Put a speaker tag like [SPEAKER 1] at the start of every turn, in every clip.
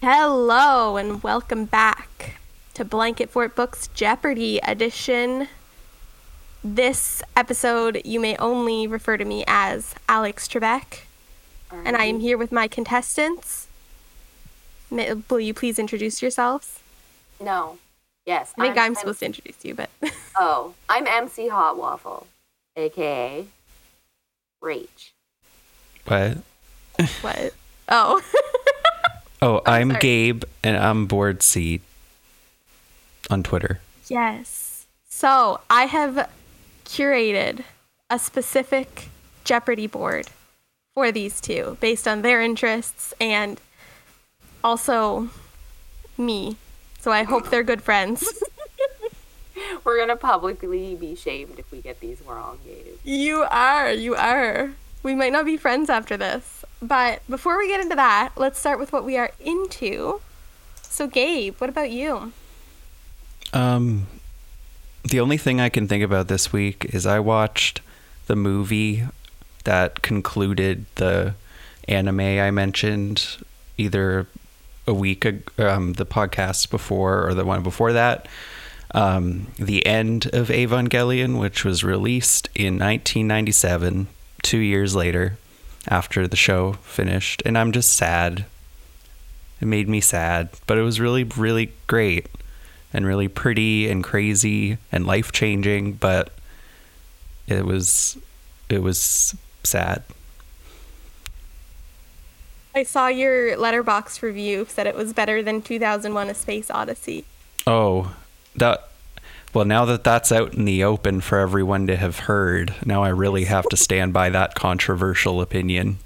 [SPEAKER 1] Hello and welcome back to Blanket Fort Books Jeopardy edition. This episode, you may only refer to me as Alex Trebek, and I am here with my contestants. May, will you please introduce yourselves?
[SPEAKER 2] No. Yes.
[SPEAKER 1] I think I'm, supposed to introduce you, but
[SPEAKER 2] Oh, I'm MC Hot Waffle, aka Rach.
[SPEAKER 3] What?
[SPEAKER 1] what? Oh,
[SPEAKER 3] Oh, I'm
[SPEAKER 1] sorry.
[SPEAKER 3] Gabe, and I'm board seat on Twitter.
[SPEAKER 1] yes. So I have curated a specific Jeopardy board for these two based on their interests and also me. So I hope they're good friends.
[SPEAKER 2] We're gonna publicly be shamed if we get these wrong, Gabe.
[SPEAKER 1] You are. You are. We might not be friends after this. But before we get into that, let's start with what we are into. So, Gabe, what about you?
[SPEAKER 3] Um, the only thing I can think about this week is I watched the movie that concluded the anime I mentioned either a week ago, um, the podcast before or the one before that. Um, the end of Evangelion, which was released in 1997, two years later after the show finished. And I'm just sad. It made me sad, but it was really, really great and really pretty and crazy and life changing, but it was it was sad.
[SPEAKER 1] I saw your letterbox review said it was better than 2001 A Space Odyssey.
[SPEAKER 3] Oh, that well now that that's out in the open for everyone to have heard, now I really have to stand by that controversial opinion.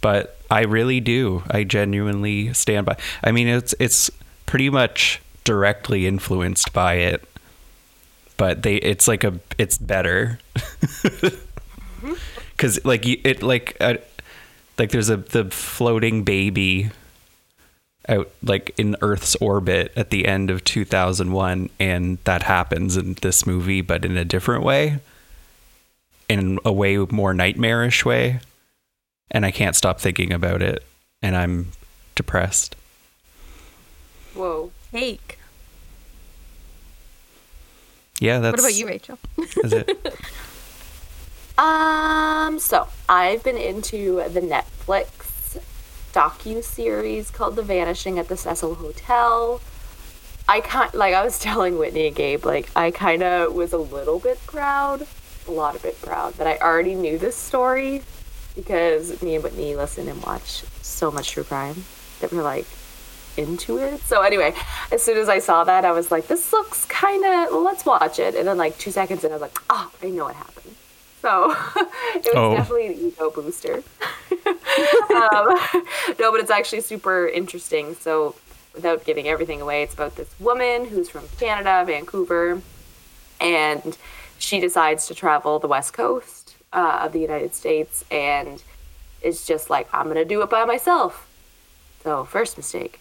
[SPEAKER 3] But I really do. I genuinely stand by. I mean, it's it's pretty much directly influenced by it. But they it's like a it's better. Cuz like you- it like uh, like there's a the floating baby out like in Earth's orbit at the end of 2001, and that happens in this movie, but in a different way, in a way more nightmarish way. And I can't stop thinking about it, and I'm depressed.
[SPEAKER 2] Whoa.
[SPEAKER 1] Cake.
[SPEAKER 3] Yeah, that's
[SPEAKER 1] What about you, Rachel?
[SPEAKER 3] Is it?
[SPEAKER 2] Um. So I've been into the Netflix docu series called The Vanishing at the Cecil Hotel. I kind like I was telling Whitney and Gabe like I kind of was a little bit proud, a lot of bit proud that I already knew this story because me and Whitney listen and watch so much true crime that we're like into it. So anyway, as soon as I saw that, I was like, this looks kind of let's watch it. And then like two seconds in, I was like, oh, I know what happened. So it was
[SPEAKER 3] Oh.
[SPEAKER 2] definitely an ego booster. Um, No, but it's actually super interesting. So, without giving everything away, it's about this woman who's from Canada, Vancouver, and she decides to travel the west coast uh, of the United States and is just like, I'm going to do it by myself. So, first mistake.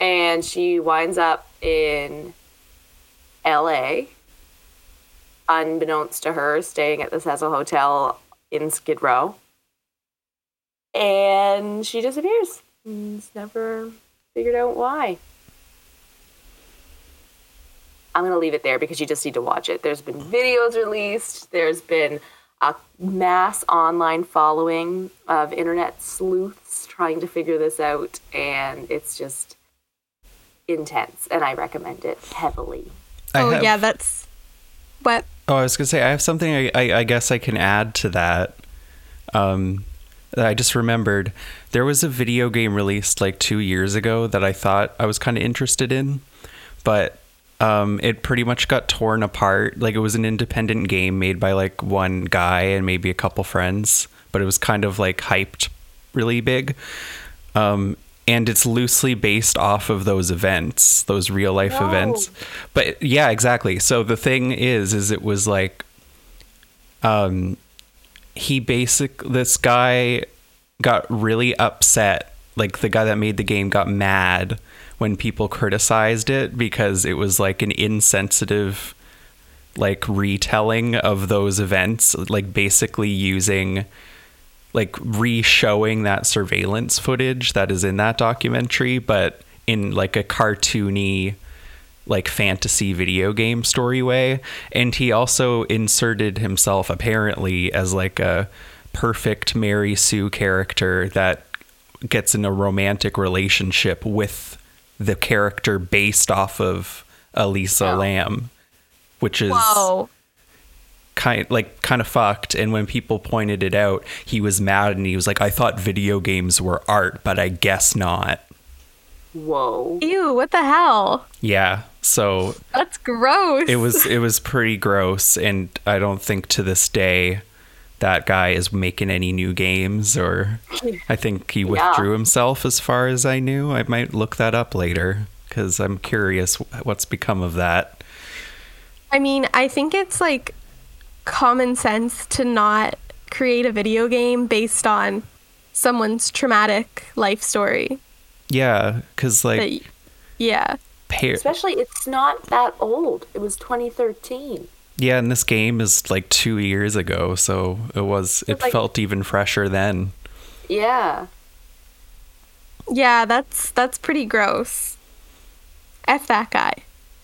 [SPEAKER 2] And she winds up in LA, unbeknownst to her, staying at the Cecil Hotel in Skid Row and she disappears. And It's never figured out why. I'm gonna leave it there because you just need to watch it. There's been videos released. There's been a mass online following of internet sleuths trying to figure this out, and it's just intense. And I recommend it heavily.
[SPEAKER 3] I
[SPEAKER 1] oh,
[SPEAKER 3] have-
[SPEAKER 1] yeah, that's what.
[SPEAKER 3] Oh, I was gonna say I have something I, I, I guess I can add to that. Um, that I just remembered there was a video game released like two years ago that I thought I was kind of interested in, but um, it pretty much got torn apart. Like it was an independent game made by like one guy and maybe a couple friends, but it was kind of like hyped really big. Um, and it's loosely based off of those events, those real life
[SPEAKER 2] No.
[SPEAKER 3] events. But yeah, exactly. So the thing is, is it was like, um, he basic this guy got really upset. Like the guy that made the game got mad when people criticized it because it was like an insensitive like retelling of those events, like basically using like re-showing that surveillance footage that is in that documentary, but in like a cartoony like fantasy video game story way and he also inserted himself apparently as like a perfect Mary Sue character that gets in a romantic relationship with the character based off of Elisa
[SPEAKER 2] Yeah.
[SPEAKER 3] Lamb which is
[SPEAKER 1] Whoa.
[SPEAKER 3] kind like kind of fucked and when people pointed it out he was mad and he was like I thought video games were art but I guess not
[SPEAKER 2] Whoa.
[SPEAKER 1] Ew, what the hell?
[SPEAKER 3] yeah so
[SPEAKER 1] That's gross.
[SPEAKER 3] it was it was pretty gross and i don't think to this day that guy is making any new games or i think he withdrew himself as far as i knew i might look that up later because i'm curious what's become of that
[SPEAKER 1] I mean, I think it's like common sense to not create a video game based on someone's traumatic life story.
[SPEAKER 3] yeah because like
[SPEAKER 1] That y- yeah.
[SPEAKER 3] par-
[SPEAKER 2] Especially, it's not that old. It was 2013.
[SPEAKER 3] yeah and this game is like two years ago so it was it
[SPEAKER 2] like-
[SPEAKER 3] felt even fresher then
[SPEAKER 2] Yeah.
[SPEAKER 1] Yeah, that's that's pretty gross. F that guy.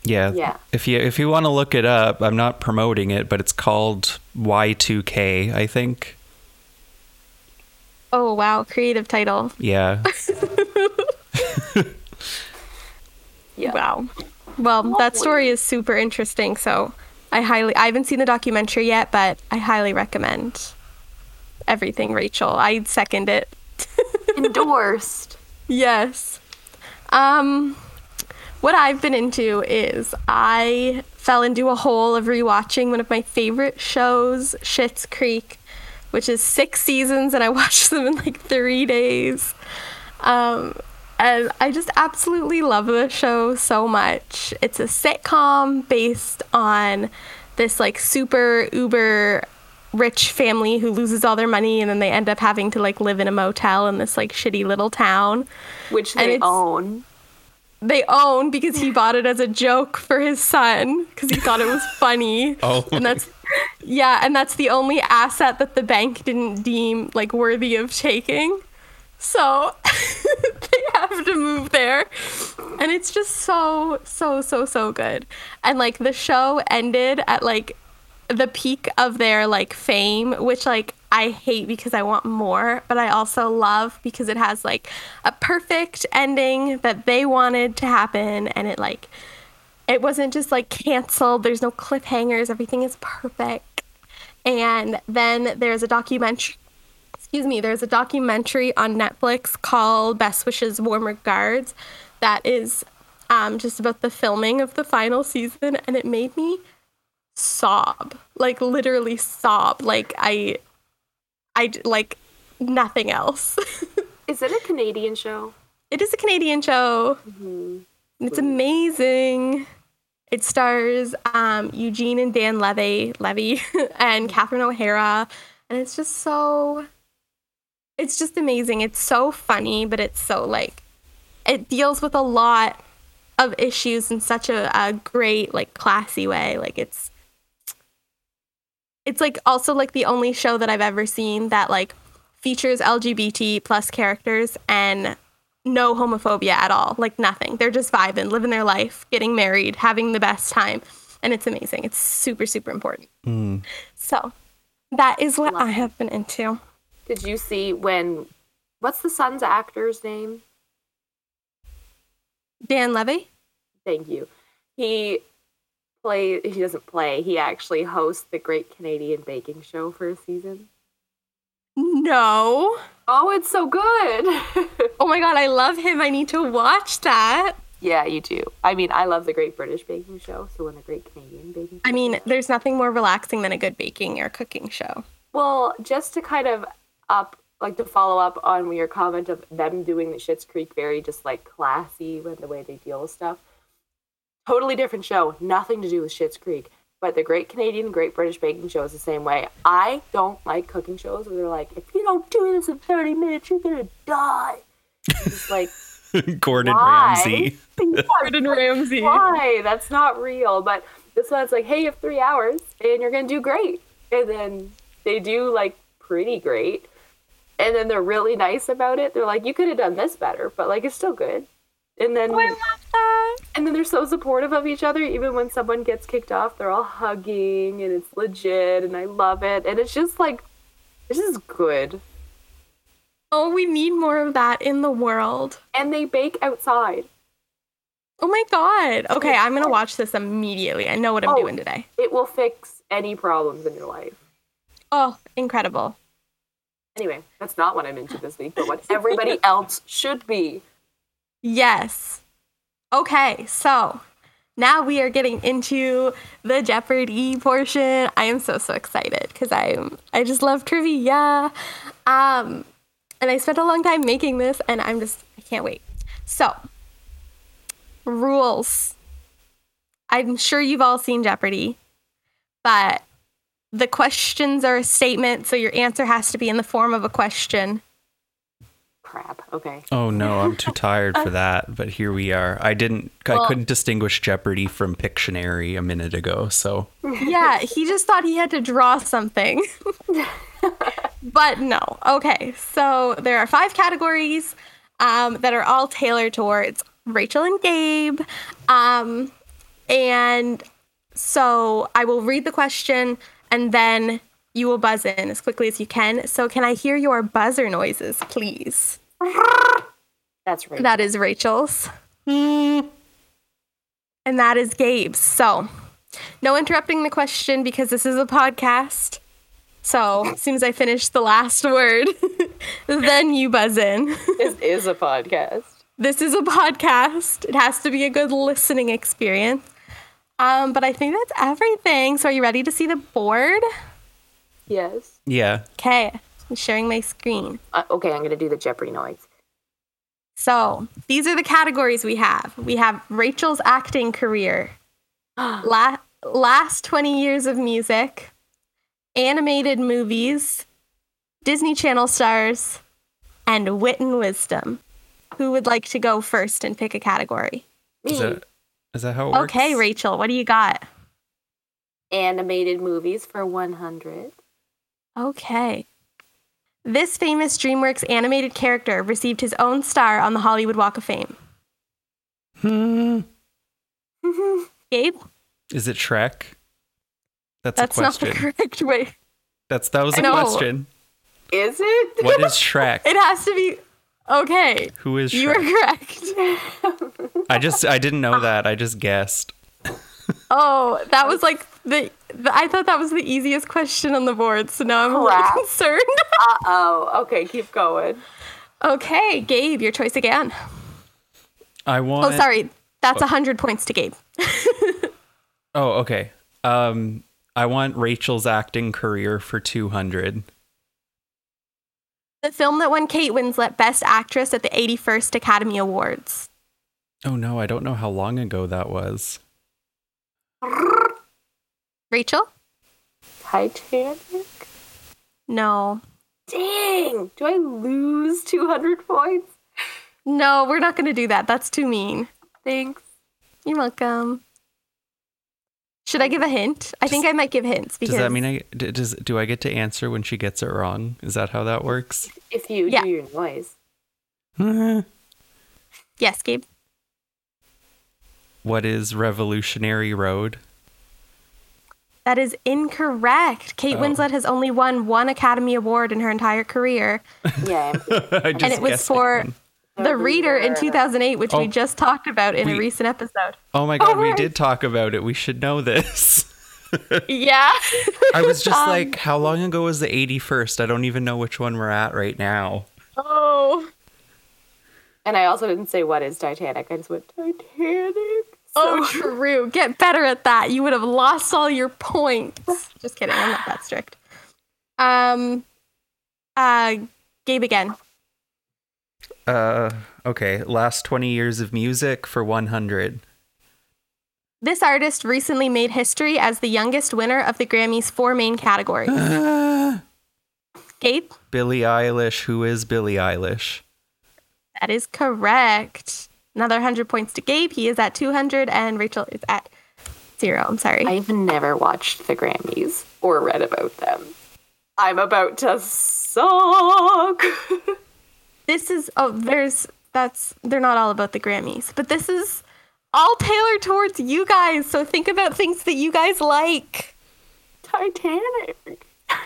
[SPEAKER 3] Yeah.
[SPEAKER 2] Yeah.
[SPEAKER 3] If you if you want to look it up, I'm not promoting it, but it's called Y2K, I think.
[SPEAKER 1] Oh wow, creative title.
[SPEAKER 3] Yeah.
[SPEAKER 2] Yeah.
[SPEAKER 1] Wow. Well, that story is super interesting, so I highly I haven't seen the documentary yet, but I highly recommend everything Rachel. I second it.
[SPEAKER 2] Endorsed.
[SPEAKER 1] Yes. Um what I've been into is I fell into a hole of rewatching one of my favorite shows, Schitt's Creek, which is six seasons and I watched them in like 3 days. Um and I just absolutely love the show so much. It's a sitcom based on this like super uber rich family who loses all their money and then they end up having to like live in a motel in this like shitty little town
[SPEAKER 2] Which
[SPEAKER 1] And
[SPEAKER 2] they
[SPEAKER 1] it's-
[SPEAKER 2] own.
[SPEAKER 1] they own because he bought it as a joke for his son because he thought it was funny.
[SPEAKER 3] Oh
[SPEAKER 1] and that's yeah, and that's the only asset that the bank didn't deem like worthy of taking. So they have to move there. And it's just so so so so good. And like the show ended at like the peak of their like fame, which like I hate because I want more, but I also love because it has like a perfect ending that they wanted to happen and it like it wasn't just like canceled. There's no cliffhangers. Everything is perfect. And then there's a documentary excuse me, there's a documentary on Netflix called Best Wishes, Warm Regards that is um, just about the filming of the final season, and it made me sob, like literally sob, like I, I d- like nothing else.
[SPEAKER 2] Is it a Canadian show?
[SPEAKER 1] it is a Canadian show. And it's amazing. It stars um, Eugene and Dan Levy, Levy, and Catherine O'Hara, and it's just so. It's just amazing. It's so funny, but it's so like, it deals with a lot of issues in such a, a great like classy way. Like it's. It's like also like the only show that I've ever seen that like features LGBT plus characters and no homophobia at all. Like nothing. They're just vibing, living their life, getting married, having the best time. And it's amazing. It's super, super important.
[SPEAKER 3] Mm.
[SPEAKER 1] So that is what
[SPEAKER 2] Love
[SPEAKER 1] I have been into.
[SPEAKER 2] Did you see when? What's the son's actor's name?
[SPEAKER 1] Dan Levy?
[SPEAKER 2] Thank you. He play. He doesn't play. He actually hosts the Great Canadian Baking Show for a season.
[SPEAKER 1] No.
[SPEAKER 2] Oh, it's so good.
[SPEAKER 1] Oh my God, I love him. I need to watch that.
[SPEAKER 2] yeah, you do. I mean, I love the Great British Baking Show. So when the Great Canadian Baking.
[SPEAKER 1] I
[SPEAKER 2] Show
[SPEAKER 1] mean,
[SPEAKER 2] comes out-
[SPEAKER 1] there's nothing more relaxing than a good baking or cooking show.
[SPEAKER 2] well, just to kind of up, like to follow up on your comment of them doing the Shits Creek very just like classy with the way they deal with stuff. Totally different show. Nothing to do with Shits Creek. But the Great Canadian Great British Baking Show is the same way. I don't like cooking shows where they're like, if you don't do this in 30 minutes, you're gonna die. It's like,
[SPEAKER 3] Gordon
[SPEAKER 2] Why?
[SPEAKER 3] Ramsay.
[SPEAKER 1] Gordon Ramsay.
[SPEAKER 2] why? That's not real. But this one's like, hey, you have three hours and you're gonna do great. And then they do like pretty great. And then they're really nice about it. They're like, you could have done this better, but like it's still good. And then
[SPEAKER 1] I love that.
[SPEAKER 2] and then they're so supportive of each other even when someone gets kicked off they're all hugging and it's legit and i love it and it's just like this is good
[SPEAKER 1] Oh, we need more of that in the world.
[SPEAKER 2] and they bake outside
[SPEAKER 1] Oh my god. Okay, I'm gonna watch this immediately. I know what I'm
[SPEAKER 2] Oh.
[SPEAKER 1] doing today.
[SPEAKER 2] it will fix any problems in your life
[SPEAKER 1] Oh, incredible.
[SPEAKER 2] anyway that's not what i'm into this week but what everybody else should be
[SPEAKER 1] Yes. Okay, so now we are getting into the Jeopardy portion. I am so so excited because I'm I just love trivia. Um and I spent a long time making this and I'm just I can't wait. So rules. I'm sure you've all seen Jeopardy, but the questions are a statement, so your answer has to be in the form of a question.
[SPEAKER 2] crap okay
[SPEAKER 3] Oh no, I'm too tired for that. But here we are. I didn't. I couldn't distinguish Jeopardy from Pictionary a minute ago. So
[SPEAKER 1] yeah, he just thought he had to draw something. but no. Okay, so there are five categories um, that are all tailored towards Rachel and Gabe. Um, and so I will read the question and then you will buzz in as quickly as you can. So, can I hear your buzzer noises, please?
[SPEAKER 2] that's right
[SPEAKER 1] That is Rachel's. And that is Gabe's. So, no interrupting the question because this is a podcast. So, as soon as I finish the last word, then you buzz in.
[SPEAKER 2] this is a podcast
[SPEAKER 1] This is a podcast. It has to be a good listening experience. Um, but I think that's everything. So, are you ready to see the board?
[SPEAKER 2] yes
[SPEAKER 3] yeah,
[SPEAKER 1] Okay, I'm sharing my screen.
[SPEAKER 2] uh, okay i'm gonna do the jeopardy noise
[SPEAKER 1] So these are the categories we have. We have Rachel's acting career, la- last 20 years of music, animated movies, Disney Channel stars, and wit and wisdom. Who would like to go first and pick a category?
[SPEAKER 3] is
[SPEAKER 2] me
[SPEAKER 3] that is that how it works?
[SPEAKER 1] Okay, Rachel, what do you got?
[SPEAKER 2] animated movies for 100
[SPEAKER 1] Okay. This famous DreamWorks animated character received his own star on the Hollywood Walk of Fame.
[SPEAKER 3] Hmm.
[SPEAKER 1] Gabe,
[SPEAKER 3] Is it Shrek? That's,
[SPEAKER 1] that's
[SPEAKER 3] a
[SPEAKER 1] not
[SPEAKER 3] question.
[SPEAKER 1] the correct way.
[SPEAKER 3] That's that was a
[SPEAKER 1] No.
[SPEAKER 3] question.
[SPEAKER 2] is it
[SPEAKER 3] What is Shrek?
[SPEAKER 1] It has to be. Okay,
[SPEAKER 3] Who is
[SPEAKER 1] You were
[SPEAKER 3] Shrek?
[SPEAKER 1] correct.
[SPEAKER 3] I just I didn't know that. I just guessed.
[SPEAKER 1] Oh, that was like the, the. I thought that was the easiest question on the board, so now I'm a
[SPEAKER 2] Crap.
[SPEAKER 1] little concerned.
[SPEAKER 2] uh-oh okay keep going
[SPEAKER 1] okay, Gabe, your choice again.
[SPEAKER 3] I want.
[SPEAKER 1] Oh, sorry. That's a 100 points to Gabe.
[SPEAKER 3] Oh, okay. Um, I want Rachel's acting career for two hundred.
[SPEAKER 1] The film that won Kate Winslet Best Actress at the 81st Academy Awards.
[SPEAKER 3] Oh no, I don't know how long ago that was.
[SPEAKER 1] Rachel?
[SPEAKER 2] Titanic?
[SPEAKER 1] No.
[SPEAKER 2] Dang! Do I lose 200 points?
[SPEAKER 1] No, we're not going to do that. That's too mean.
[SPEAKER 2] Thanks.
[SPEAKER 1] You're welcome. Should I give a hint? I think I might give hints because
[SPEAKER 3] Does that mean I d- does do I get to answer when she gets it wrong? Is that how that works?
[SPEAKER 2] If you
[SPEAKER 1] Yeah.
[SPEAKER 2] do your noise.
[SPEAKER 3] what
[SPEAKER 1] yes, Gabe.
[SPEAKER 3] is Revolutionary Road?
[SPEAKER 1] That is incorrect. Kate
[SPEAKER 3] Oh.
[SPEAKER 1] Winslet has only won one Academy Award in her entire career,
[SPEAKER 2] Yeah.
[SPEAKER 3] I just
[SPEAKER 1] and it was
[SPEAKER 3] guessed
[SPEAKER 1] for
[SPEAKER 3] again.
[SPEAKER 1] The Reader in 2008, which
[SPEAKER 3] Oh.
[SPEAKER 1] we just talked about in a
[SPEAKER 3] We-
[SPEAKER 1] recent episode.
[SPEAKER 3] Oh my god, we
[SPEAKER 1] right.
[SPEAKER 3] did talk about it. We should know this.
[SPEAKER 1] yeah.
[SPEAKER 3] I was just
[SPEAKER 1] Um,
[SPEAKER 3] like, how long ago was the 81st? I don't even know which one we're at right now.
[SPEAKER 1] Oh.
[SPEAKER 2] and I also didn't say what is Titanic. I just went, Titanic?
[SPEAKER 1] Oh, true. Get better at that. You would have lost all your points. Just kidding. I'm not that strict. Um. Uh, Gabe again.
[SPEAKER 3] Uh, okay. Last 20 years of music for 100.
[SPEAKER 1] This artist recently made history as the youngest winner of the Grammys' four main categories. Gabe.
[SPEAKER 3] Billie Eilish. Who is Billie Eilish?
[SPEAKER 1] That is correct. Another 100 points to Gabe. He is at 200, and Rachel is at zero. I'm sorry.
[SPEAKER 2] I've never watched the Grammys or read about them. I'm about to suck.
[SPEAKER 1] this is, oh, there's that's they're not all about the Grammys, but this is all tailored towards you guys. So think about things that you guys like.
[SPEAKER 2] Titanic.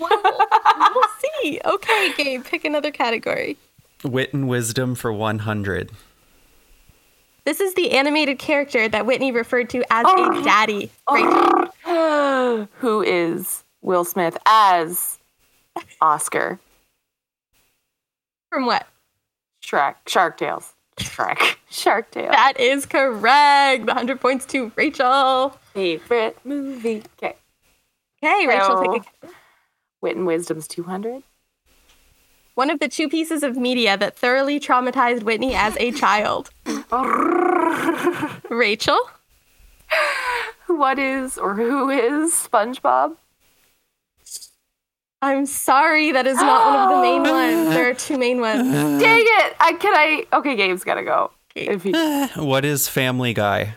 [SPEAKER 1] We'll see. Okay, Gabe, pick another category.
[SPEAKER 3] Wit and wisdom for 100.
[SPEAKER 1] This is the animated character that Whitney referred to as a daddy. Right?
[SPEAKER 2] Who is Will Smith as Oscar?
[SPEAKER 1] From what?
[SPEAKER 2] Shrek. Shark Tales. Shrek. Shark Tales.
[SPEAKER 1] That is correct. The 100 points to Rachel.
[SPEAKER 2] favorite movie. Okay.
[SPEAKER 1] Okay, Rachel, pick a
[SPEAKER 2] Wit and Wisdom's 200.
[SPEAKER 1] One of the two pieces of media that thoroughly traumatized Whitney as a child. Rachel?
[SPEAKER 2] What is or who is SpongeBob?
[SPEAKER 1] I'm sorry, that is not one of the main ones. There are two main ones.
[SPEAKER 2] Dang it! I can I. Okay, Gabe's gotta go. If he,
[SPEAKER 3] What is Family Guy?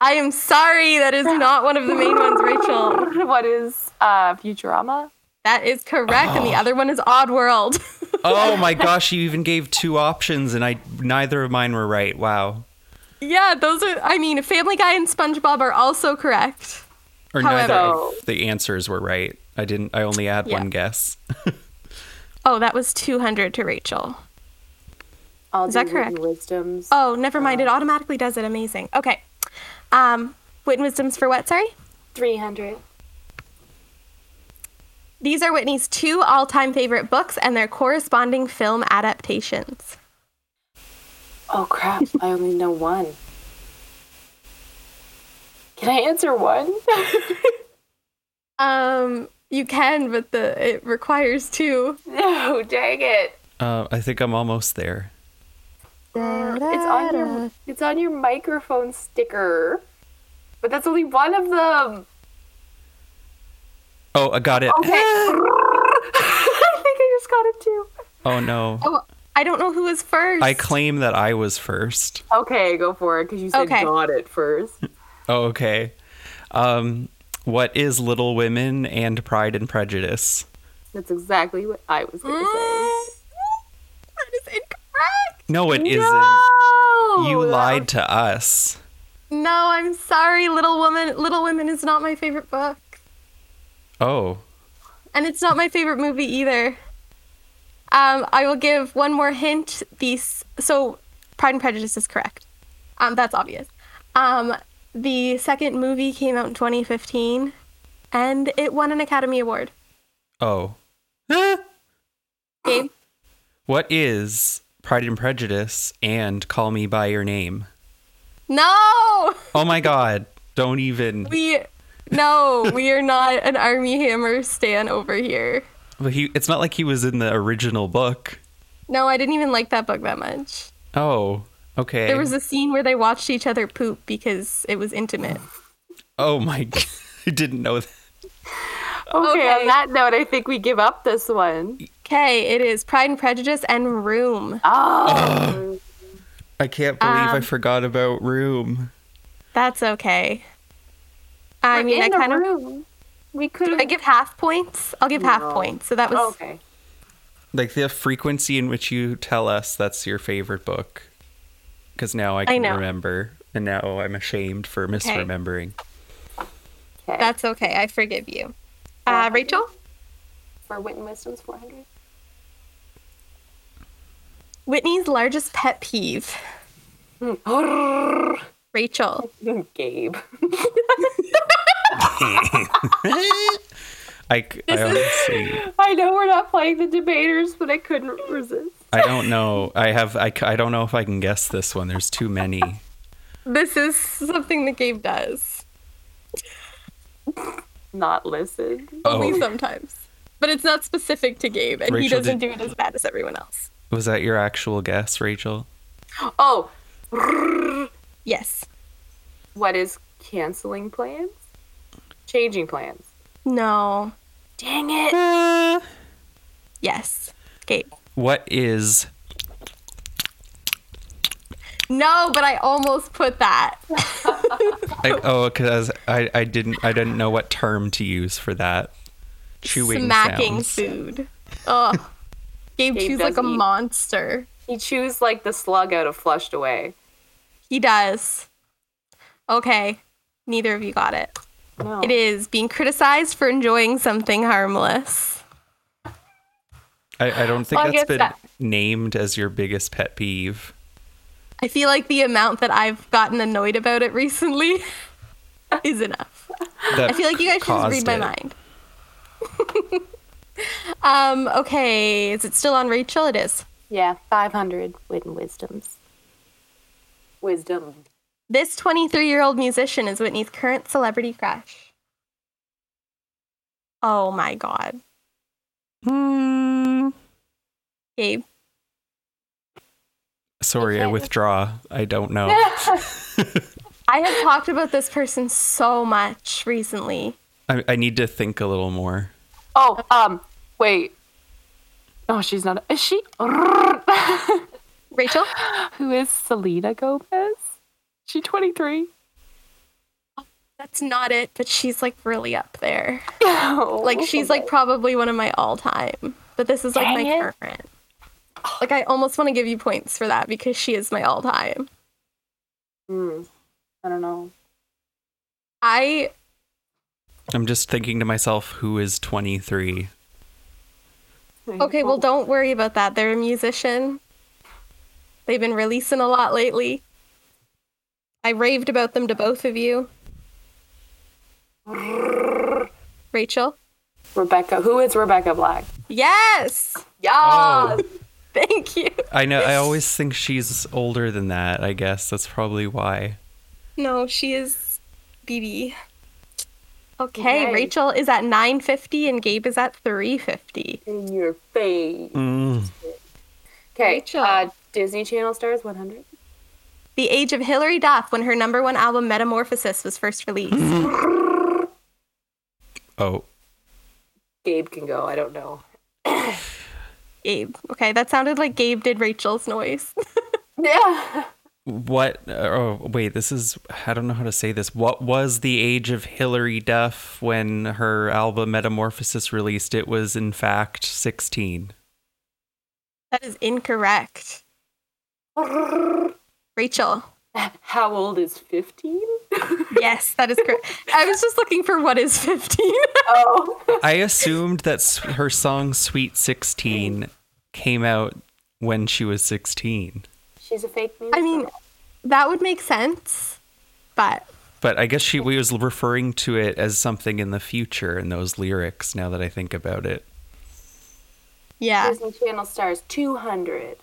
[SPEAKER 1] I am sorry, that is not one of the main ones, Rachel.
[SPEAKER 2] what is uh, Futurama?
[SPEAKER 1] That is correct, and the other one is Oddworld.
[SPEAKER 3] Oh my gosh, you even gave two options and I neither of mine were right. Wow.
[SPEAKER 1] yeah, those are, I mean, Family Guy and SpongeBob are also correct.
[SPEAKER 3] Or neither
[SPEAKER 2] However-
[SPEAKER 3] of the answers were right. I didn't I only had
[SPEAKER 1] Yeah.
[SPEAKER 3] one guess.
[SPEAKER 1] Oh, that was 200 to Rachel.
[SPEAKER 2] I'll
[SPEAKER 1] Is
[SPEAKER 2] do
[SPEAKER 1] that
[SPEAKER 2] Wit and
[SPEAKER 1] correct?
[SPEAKER 2] Wisdom's.
[SPEAKER 1] Oh, never mind. It automatically does it. Amazing. Okay. Um, Wit and Wisdoms for what? Sorry?
[SPEAKER 2] 300.
[SPEAKER 1] These are Whitney's two all time favorite books and their corresponding film adaptations.
[SPEAKER 2] Oh crap, I only know one. Can I answer one?
[SPEAKER 1] Um, you can, but the it requires two.
[SPEAKER 2] no, dang it.
[SPEAKER 3] Uh, I think I'm almost there.
[SPEAKER 2] It's on your it's on your microphone sticker. But that's only one of them.
[SPEAKER 3] Oh, I got it.
[SPEAKER 2] I think I just got it too.
[SPEAKER 3] Oh no.
[SPEAKER 1] Oh, I don't know who was first.
[SPEAKER 3] I claim that I was first.
[SPEAKER 2] Okay, go for it because you said
[SPEAKER 1] Okay.
[SPEAKER 2] got it first.
[SPEAKER 3] Oh, okay. Um, what is Little Women and Pride and Prejudice?
[SPEAKER 2] That's exactly what I was gonna say.
[SPEAKER 1] Mm. that is incorrect. Oh,
[SPEAKER 3] No, it
[SPEAKER 2] No!
[SPEAKER 3] not You lied to us.
[SPEAKER 1] No, I'm sorry, Little Woman. Little Women is not my favorite book,
[SPEAKER 3] Oh,
[SPEAKER 1] and it's not my favorite movie either. Um, I will give one more hint. These so Pride and Prejudice is correct. Um, that's obvious. Um, the second movie came out in 2015, and it won an Academy Award.
[SPEAKER 3] oh. Ah!
[SPEAKER 1] Gabe,
[SPEAKER 3] What is Pride and Prejudice and Call Me by Your Name?
[SPEAKER 1] no,
[SPEAKER 3] Oh my God! Don't even.
[SPEAKER 1] we, no, we are not an Army Hammer stan over here.
[SPEAKER 3] But he. It's not like he was in the original book.
[SPEAKER 1] No, I didn't even like that book that much.
[SPEAKER 3] Oh, okay.
[SPEAKER 1] There was a scene where they watched each other poop because it was intimate.
[SPEAKER 3] oh my. g- I didn't know that.
[SPEAKER 2] Okay,
[SPEAKER 1] Okay.
[SPEAKER 2] on that note, I think we give up this one.
[SPEAKER 1] Okay, it is Pride and Prejudice and Room. Uh,
[SPEAKER 2] Oh,
[SPEAKER 3] I can't believe
[SPEAKER 1] Um,
[SPEAKER 3] I forgot about Room.
[SPEAKER 1] That's okay. I
[SPEAKER 2] we're
[SPEAKER 1] mean,
[SPEAKER 2] in
[SPEAKER 1] I
[SPEAKER 2] the
[SPEAKER 1] kind of
[SPEAKER 2] room. We could
[SPEAKER 1] I give half points. I'll give half
[SPEAKER 2] No.
[SPEAKER 1] points. So that was
[SPEAKER 2] Oh, Okay.
[SPEAKER 3] Like the frequency in which you tell us that's your favorite book. Because now I can
[SPEAKER 1] know.
[SPEAKER 3] remember, and now I'm ashamed for misremembering.
[SPEAKER 2] Okay.
[SPEAKER 1] that's okay. I forgive you. Uh, Rachel,
[SPEAKER 2] for Wit and Wisdom's 400.
[SPEAKER 1] Whitney's largest pet peeve. Rachel,
[SPEAKER 2] Hmm. Gabe.
[SPEAKER 3] I, c- I honestly,
[SPEAKER 2] I know we're not playing the debaters, but I couldn't resist.
[SPEAKER 3] I don't know. I have, I, c- I don't know if I can guess this one. There's too many.
[SPEAKER 1] this is something that Gabe does
[SPEAKER 2] Not listen.
[SPEAKER 1] only
[SPEAKER 3] Oh.
[SPEAKER 1] sometimes, but it's not specific to Gabe, and he
[SPEAKER 3] Rachel,
[SPEAKER 1] doesn't
[SPEAKER 3] did-
[SPEAKER 1] do it as bad as everyone else.
[SPEAKER 3] Was that your actual guess, Rachel?
[SPEAKER 2] Oh,
[SPEAKER 1] Yes.
[SPEAKER 2] what is canceling plans? Changing plans.
[SPEAKER 1] No.
[SPEAKER 2] Dang it.
[SPEAKER 3] Uh,
[SPEAKER 1] Yes. Gabe.
[SPEAKER 3] what is
[SPEAKER 1] No, but I almost put that.
[SPEAKER 3] I, oh because I, I didn't I didn't know what term to use for that chewing
[SPEAKER 1] Smacking
[SPEAKER 3] sounds.
[SPEAKER 1] food. Oh. Gabe,
[SPEAKER 2] Gabe
[SPEAKER 1] chews like a
[SPEAKER 2] does eat.
[SPEAKER 1] monster.
[SPEAKER 2] He chews like the slug out of Flushed Away.
[SPEAKER 1] He does. Okay, neither of you got it.
[SPEAKER 2] No.
[SPEAKER 3] Oh.
[SPEAKER 1] It is being criticized for enjoying something harmless.
[SPEAKER 3] I, I don't think
[SPEAKER 2] Well, I
[SPEAKER 3] that's
[SPEAKER 2] guess
[SPEAKER 3] been
[SPEAKER 2] that-
[SPEAKER 3] named as your biggest pet peeve.
[SPEAKER 1] I feel like the amount that I've gotten annoyed about it recently is enough.
[SPEAKER 3] That
[SPEAKER 1] I feel like you guys should just read
[SPEAKER 3] caused
[SPEAKER 1] my
[SPEAKER 3] it.
[SPEAKER 1] mind. um, okay, is it still on Rachel? It is.
[SPEAKER 2] Yeah, 500 Witten Wisdoms. Wisdom.
[SPEAKER 1] This 23 year old musician is Whitney's current celebrity crush. Oh my god. Hmm. Gabe,
[SPEAKER 3] Sorry, I
[SPEAKER 2] Okay.
[SPEAKER 3] withdraw. I don't know.
[SPEAKER 1] I have talked about this person so much recently.
[SPEAKER 3] I, I need to think a little more.
[SPEAKER 2] oh, um, wait. Oh, she's not. Is she?
[SPEAKER 1] Rachel?
[SPEAKER 2] Who is Selena Gomez? She 23.
[SPEAKER 1] That's not it, but she's like really up there.
[SPEAKER 2] No.
[SPEAKER 1] Like she's like probably one of my all time, but this is like my
[SPEAKER 2] Dang it.
[SPEAKER 1] current. Like I almost want to give you points for that because she is my all time.
[SPEAKER 2] Hmm. I don't know.
[SPEAKER 1] I
[SPEAKER 3] I'm just thinking to myself, who is 23?
[SPEAKER 1] okay, well don't worry about that. They're a musician. They've been releasing a lot lately. I raved about them to both of you. Rachel?
[SPEAKER 2] Rebecca. Who is Rebecca Black?
[SPEAKER 1] Yes.
[SPEAKER 2] Yeah.
[SPEAKER 3] Oh.
[SPEAKER 1] Thank you.
[SPEAKER 3] I know. I always think she's older than that. I guess that's probably why.
[SPEAKER 1] No, she is BB. Okay,
[SPEAKER 2] Yay.
[SPEAKER 1] Rachel is at 950 and Gabe is at 350.
[SPEAKER 2] In your face.
[SPEAKER 3] Mm.
[SPEAKER 2] Okay.
[SPEAKER 1] Rachel.
[SPEAKER 2] Uh, Disney Channel stars 100.
[SPEAKER 1] The age of Hilary Duff when her number one album Metamorphosis was first released.
[SPEAKER 3] Oh,
[SPEAKER 2] Gabe can go. I don't know.
[SPEAKER 1] Gabe. Okay, that sounded like Gabe did Rachel's noise.
[SPEAKER 2] Yeah.
[SPEAKER 3] what? Oh, wait. This is. I don't know how to say this. What was the age of Hilary Duff when her album Metamorphosis released? It was in fact 16.
[SPEAKER 1] That is incorrect. Rachel.
[SPEAKER 2] How old is 15?
[SPEAKER 1] Yes, that is correct. I was just looking for what is 15.
[SPEAKER 2] Oh.
[SPEAKER 3] I assumed that s- her song "Sweet 16" came out when she was 16,
[SPEAKER 2] She's a fake news.
[SPEAKER 1] I mean, that would make sense, but
[SPEAKER 3] but I guess she we was referring to it as something in the future in those lyrics. Now that I think about it,
[SPEAKER 1] yeah.
[SPEAKER 2] Disney Channel stars 200.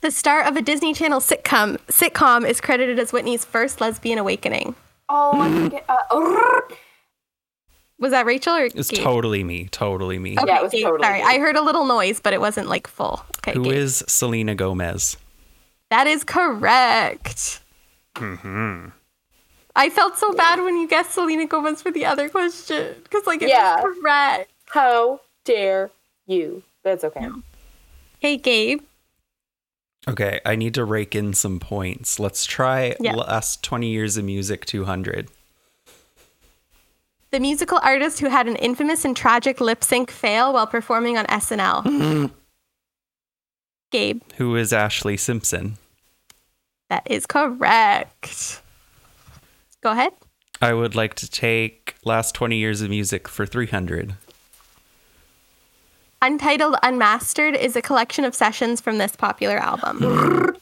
[SPEAKER 1] The star of a Disney Channel sitcom sitcom is credited as Whitney's first lesbian awakening.
[SPEAKER 2] Oh, I forget. Uh,
[SPEAKER 1] Was that Rachel or
[SPEAKER 3] it's
[SPEAKER 1] Gabe?
[SPEAKER 3] totally me, totally me.
[SPEAKER 1] Okay,
[SPEAKER 2] Yeah, it was
[SPEAKER 1] Gabe,
[SPEAKER 2] totally
[SPEAKER 1] sorry,
[SPEAKER 2] Gabe.
[SPEAKER 1] I heard a little noise, but it wasn't like full. Okay,
[SPEAKER 3] Who
[SPEAKER 1] Gabe.
[SPEAKER 3] is Selena Gomez?
[SPEAKER 1] that is correct.
[SPEAKER 3] Mm-hmm.
[SPEAKER 1] I felt so bad when you guessed Selena Gomez for the other question because like it
[SPEAKER 2] Yeah.
[SPEAKER 1] was correct.
[SPEAKER 2] How dare you? That's okay.
[SPEAKER 1] Hey, Gabe.
[SPEAKER 3] Okay, I need to rake in some points. Let's try
[SPEAKER 1] Yeah.
[SPEAKER 3] last 20 years of music 200.
[SPEAKER 1] The musical artist who had an infamous and tragic lip sync fail while performing on SNL.
[SPEAKER 3] Mm-hmm.
[SPEAKER 1] Gabe,
[SPEAKER 3] Who is Ashley Simpson?
[SPEAKER 1] that is correct. Go ahead.
[SPEAKER 3] I would like to take last 20 years of music for 300.
[SPEAKER 1] Untitled Unmastered is a collection of sessions from this popular album.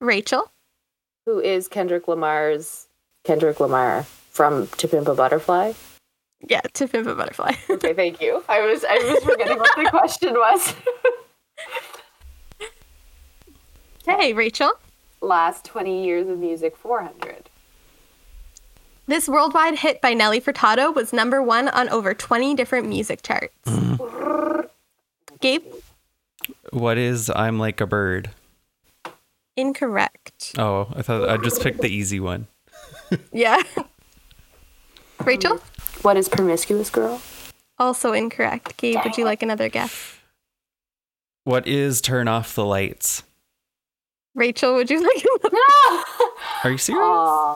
[SPEAKER 1] Rachel,
[SPEAKER 2] Who is Kendrick Lamar's Kendrick Lamar from To Pimp a Butterfly?
[SPEAKER 1] yeah, to Pimp a Butterfly.
[SPEAKER 2] Okay, thank you. I was I was forgetting what the question was.
[SPEAKER 1] hey, Rachel.
[SPEAKER 2] Last 20 years of music 400.
[SPEAKER 1] This worldwide hit by Nelly Furtado was number one on over 20 different music charts. Gabe,
[SPEAKER 3] What is I'm Like a Bird?
[SPEAKER 1] incorrect.
[SPEAKER 3] Oh, I thought I just picked the easy one.
[SPEAKER 1] Yeah. Rachel,
[SPEAKER 2] What is Promiscuous Girl?
[SPEAKER 1] also incorrect. Gabe, would you like another guess?
[SPEAKER 3] What is Turn Off the Lights?
[SPEAKER 1] Rachel, would you like another?
[SPEAKER 2] Oh.
[SPEAKER 3] Are you serious?
[SPEAKER 2] Aw.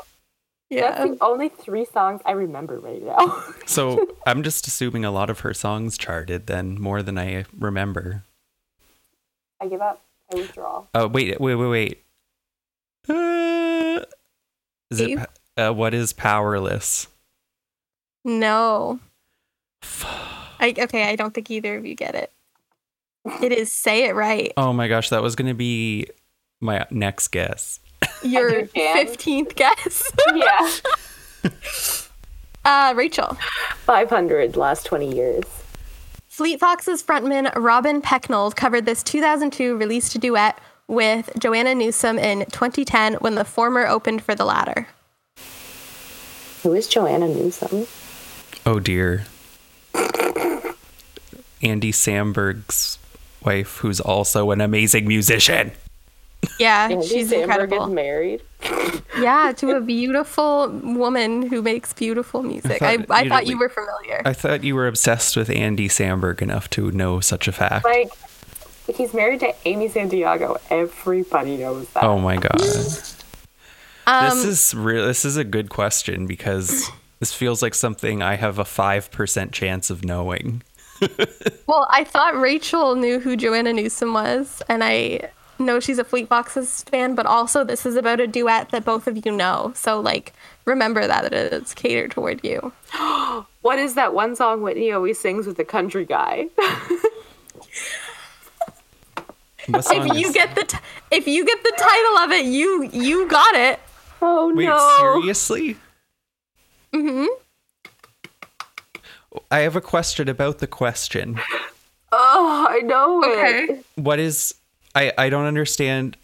[SPEAKER 2] That's the only three songs I remember right now.
[SPEAKER 3] So I'm just assuming a lot of her songs charted then more than I remember.
[SPEAKER 2] I give up. I withdraw.
[SPEAKER 3] Oh wait, wait, wait, wait. Uh, is it
[SPEAKER 1] Steve?
[SPEAKER 3] pa- uh, what is powerless?
[SPEAKER 1] No. I, okay, I don't think either of you get it. It is say it right.
[SPEAKER 3] Oh my gosh, that was gonna be my next guess.
[SPEAKER 1] Your
[SPEAKER 2] understand.
[SPEAKER 1] 15th guess.
[SPEAKER 2] yeah.
[SPEAKER 1] Uh, Rachel.
[SPEAKER 2] 500 last 20 years.
[SPEAKER 1] Fleet Foxes frontman Robin Pecknold covered this 2002 released duet with Joanna Newsom in 2010 when the former opened for the latter.
[SPEAKER 2] Who is Joanna Newsom?
[SPEAKER 3] Oh dear. Andy Samberg's wife, who's also an amazing musician.
[SPEAKER 1] Yeah,
[SPEAKER 2] Andy
[SPEAKER 1] she's
[SPEAKER 2] Samberg is
[SPEAKER 1] incredible.
[SPEAKER 2] married.
[SPEAKER 1] Yeah, to a beautiful woman who makes beautiful music. I,
[SPEAKER 3] thought
[SPEAKER 1] I,
[SPEAKER 3] you'd at
[SPEAKER 1] thought you
[SPEAKER 3] lea-
[SPEAKER 1] were familiar.
[SPEAKER 3] I thought you were obsessed with Andy Samberg enough to know such a fact.
[SPEAKER 2] Like, he's married to Amy Santiago. Everybody knows that.
[SPEAKER 3] Oh my god. This
[SPEAKER 1] Um,
[SPEAKER 3] is real this is a good question because this feels like something I have a 5% chance of knowing.
[SPEAKER 1] Well, I thought Rachel knew who Joanna Newsom was, and I know she's a Fleet Foxes fan, but also this is about a duet that both of you know. So, like, remember that it is catered toward you.
[SPEAKER 2] What is that one song Whitney always sings with the country guy?
[SPEAKER 3] What song
[SPEAKER 1] If you
[SPEAKER 3] is-
[SPEAKER 1] get the t- if you get the title of it, you you got it.
[SPEAKER 2] Oh
[SPEAKER 3] Wait,
[SPEAKER 2] no.
[SPEAKER 3] seriously?
[SPEAKER 1] Mm-hmm.
[SPEAKER 3] Mhm. I have a question about the question.
[SPEAKER 2] Oh, I know it.
[SPEAKER 1] Okay.
[SPEAKER 3] What is I I don't understand.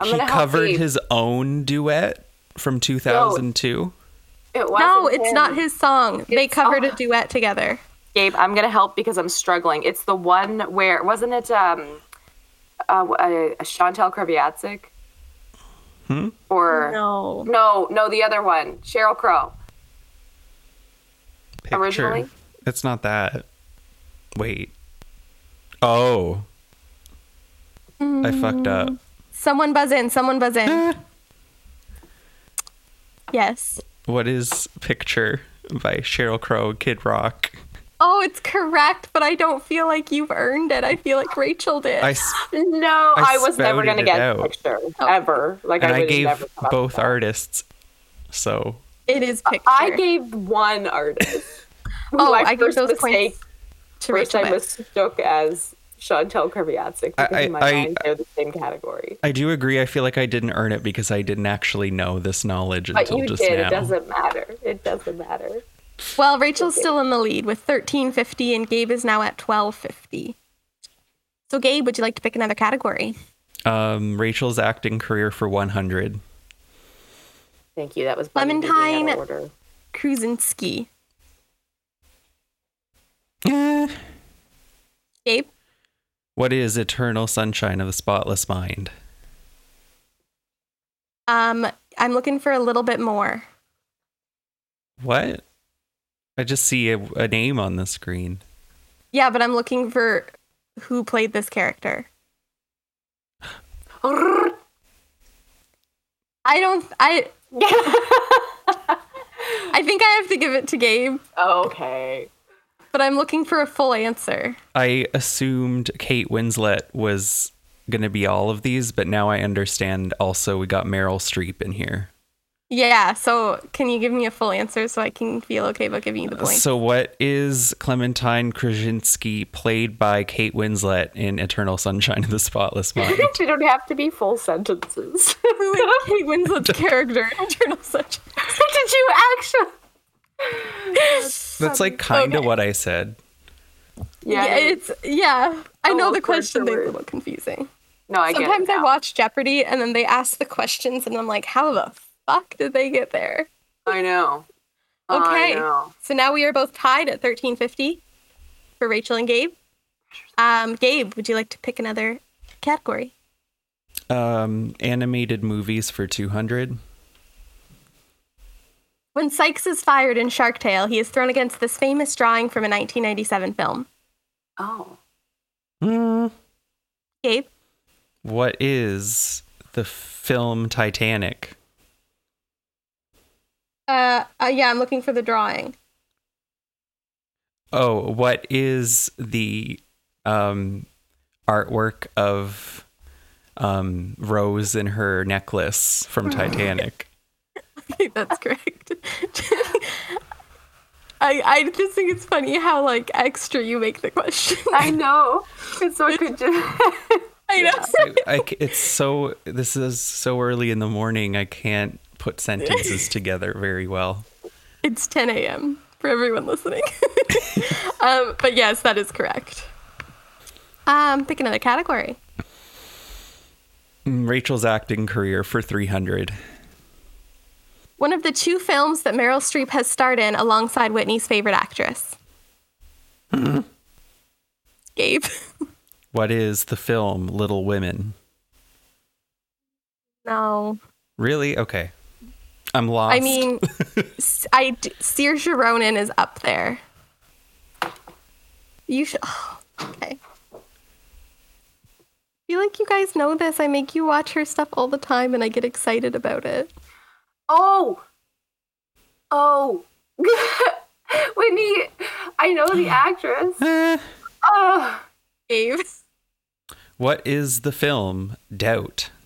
[SPEAKER 2] I'm
[SPEAKER 3] he
[SPEAKER 2] gonna help
[SPEAKER 3] covered
[SPEAKER 2] you.
[SPEAKER 3] his own duet from 2002.
[SPEAKER 2] It wasn't
[SPEAKER 1] No, it's
[SPEAKER 2] him.
[SPEAKER 1] not his song. they
[SPEAKER 2] It's-
[SPEAKER 1] covered
[SPEAKER 2] oh.
[SPEAKER 1] a duet together.
[SPEAKER 2] Gabe, I'm gonna help because I'm struggling. It's the one where wasn't it um uh, uh Chantal Kraviatsik?
[SPEAKER 3] Hmm?
[SPEAKER 2] Or
[SPEAKER 1] No.
[SPEAKER 2] no, no, the other one, Cheryl Crow.
[SPEAKER 3] Picture.
[SPEAKER 2] Originally?
[SPEAKER 3] It's not that. Wait. Oh. I fucked
[SPEAKER 2] Mm.
[SPEAKER 3] up.
[SPEAKER 1] Someone buzz in. Someone buzz in.
[SPEAKER 2] Uh.
[SPEAKER 1] yes.
[SPEAKER 3] What is Picture by Cheryl Crow, Kid Rock?
[SPEAKER 1] Oh, it's correct, but I don't feel like you've earned it. I feel like Rachel did.
[SPEAKER 3] I s-
[SPEAKER 2] No,
[SPEAKER 3] I
[SPEAKER 2] I, was never
[SPEAKER 3] spouted
[SPEAKER 2] gonna
[SPEAKER 3] it
[SPEAKER 2] get
[SPEAKER 3] out.
[SPEAKER 2] the picture
[SPEAKER 1] Oh.
[SPEAKER 2] ever. Like
[SPEAKER 3] and
[SPEAKER 2] I,
[SPEAKER 3] I
[SPEAKER 2] would have
[SPEAKER 3] gave
[SPEAKER 2] never come up
[SPEAKER 3] both
[SPEAKER 2] with that.
[SPEAKER 3] artists. So
[SPEAKER 1] it is picture.
[SPEAKER 2] I gave one artist. who
[SPEAKER 1] Oh, I
[SPEAKER 2] I
[SPEAKER 1] gave
[SPEAKER 2] first
[SPEAKER 1] those points
[SPEAKER 2] mistake,
[SPEAKER 1] to
[SPEAKER 2] which
[SPEAKER 1] Rachel.
[SPEAKER 2] I
[SPEAKER 1] Webb.
[SPEAKER 2] mistook as Chantal Kraviatsik.
[SPEAKER 3] I-
[SPEAKER 2] Because in my
[SPEAKER 3] I-
[SPEAKER 2] mind, they're the same category.
[SPEAKER 3] I do agree. I feel like I didn't earn it because I didn't actually know this knowledge
[SPEAKER 2] But
[SPEAKER 3] until
[SPEAKER 2] you
[SPEAKER 3] just
[SPEAKER 2] did.
[SPEAKER 3] now.
[SPEAKER 2] It doesn't matter. It doesn't matter.
[SPEAKER 1] Well, Rachel's still in the lead with 1350 and Gabe is now at 1250. So Gabe, would you like to pick another category?
[SPEAKER 3] Um, Rachel's acting career for 100.
[SPEAKER 2] Thank you. That was
[SPEAKER 1] Lemon
[SPEAKER 2] Bunny Disney out
[SPEAKER 1] Thyme.
[SPEAKER 2] of order.
[SPEAKER 1] Kruzinski.
[SPEAKER 3] Eh.
[SPEAKER 1] Gabe,
[SPEAKER 3] What is Eternal Sunshine of the Spotless Mind?
[SPEAKER 1] um I'm looking for a little bit more.
[SPEAKER 3] What? I just see a, a name on the screen.
[SPEAKER 1] Yeah, but I'm looking for who played this character. I don't I I think I have to give it to Gabe,
[SPEAKER 2] okay.
[SPEAKER 1] but I'm looking for a full answer.
[SPEAKER 3] I assumed Kate Winslet was going to be all of these, but now I understand also we got Meryl Streep in here.
[SPEAKER 1] Yeah, so can you give me a full answer so I can feel okay about giving you the point?
[SPEAKER 3] So, what is Clementine Krasinski played by Kate Winslet in Eternal Sunshine of the Spotless Mind?
[SPEAKER 2] They don't have to be full sentences.
[SPEAKER 1] Who is Kate Winslet's character in Eternal Sunshine?
[SPEAKER 2] Did you actually?
[SPEAKER 3] That's like
[SPEAKER 1] Um,
[SPEAKER 3] kind of what I said.
[SPEAKER 1] Yeah, it's yeah. I
[SPEAKER 2] Oh,
[SPEAKER 1] know the
[SPEAKER 2] of course
[SPEAKER 1] question
[SPEAKER 2] there
[SPEAKER 1] they're a
[SPEAKER 2] were.
[SPEAKER 1] little confusing.
[SPEAKER 2] no, I get
[SPEAKER 1] Sometimes
[SPEAKER 2] it.
[SPEAKER 1] I
[SPEAKER 2] now.
[SPEAKER 1] watch Jeopardy and then they ask the questions and I'm like, how the fuck did they get there?
[SPEAKER 2] I know.
[SPEAKER 1] Okay.
[SPEAKER 2] I know.
[SPEAKER 1] So now we are both tied at 1350 for Rachel and Gabe. Um, Gabe, would you like to pick another category?
[SPEAKER 3] Um, animated movies for 200.
[SPEAKER 1] When Sykes is fired in Shark Tale, he is thrown against this famous drawing from a 1997 film.
[SPEAKER 2] Oh.
[SPEAKER 3] Hmm.
[SPEAKER 1] Gabe,
[SPEAKER 3] What is the film Titanic?
[SPEAKER 1] Uh, uh, yeah, I'm looking for the drawing.
[SPEAKER 3] Oh, what is the um, artwork of um, Rose in her necklace
[SPEAKER 1] Oh.
[SPEAKER 3] from Titanic?
[SPEAKER 1] I think that's correct. I, I just think it's funny how like extra you make the question.
[SPEAKER 2] I know. It's so good.
[SPEAKER 1] I know.
[SPEAKER 3] I, I c- it's so. This is so early in the morning. I can't put sentences together very well.
[SPEAKER 1] It's 10 a.m. for everyone listening. um, but yes, that is correct. Um, pick another category.
[SPEAKER 3] Mm, Rachel's acting career for 300.
[SPEAKER 1] One of the two films that Meryl Streep has starred in alongside Whitney's favorite actress. Gabe.
[SPEAKER 3] What is the film Little Women?
[SPEAKER 1] No.
[SPEAKER 3] Really? Okay. I'm lost.
[SPEAKER 1] I mean, s- I d- Saoirse Ronan is up there. You should. Oh, okay. I feel like you guys know this. I make you watch her stuff all the time, and I get excited about it.
[SPEAKER 2] Oh. Oh. Whitney, I know the actress.
[SPEAKER 3] Eh.
[SPEAKER 2] Oh.
[SPEAKER 1] Gabe.
[SPEAKER 3] What is the film Doubt?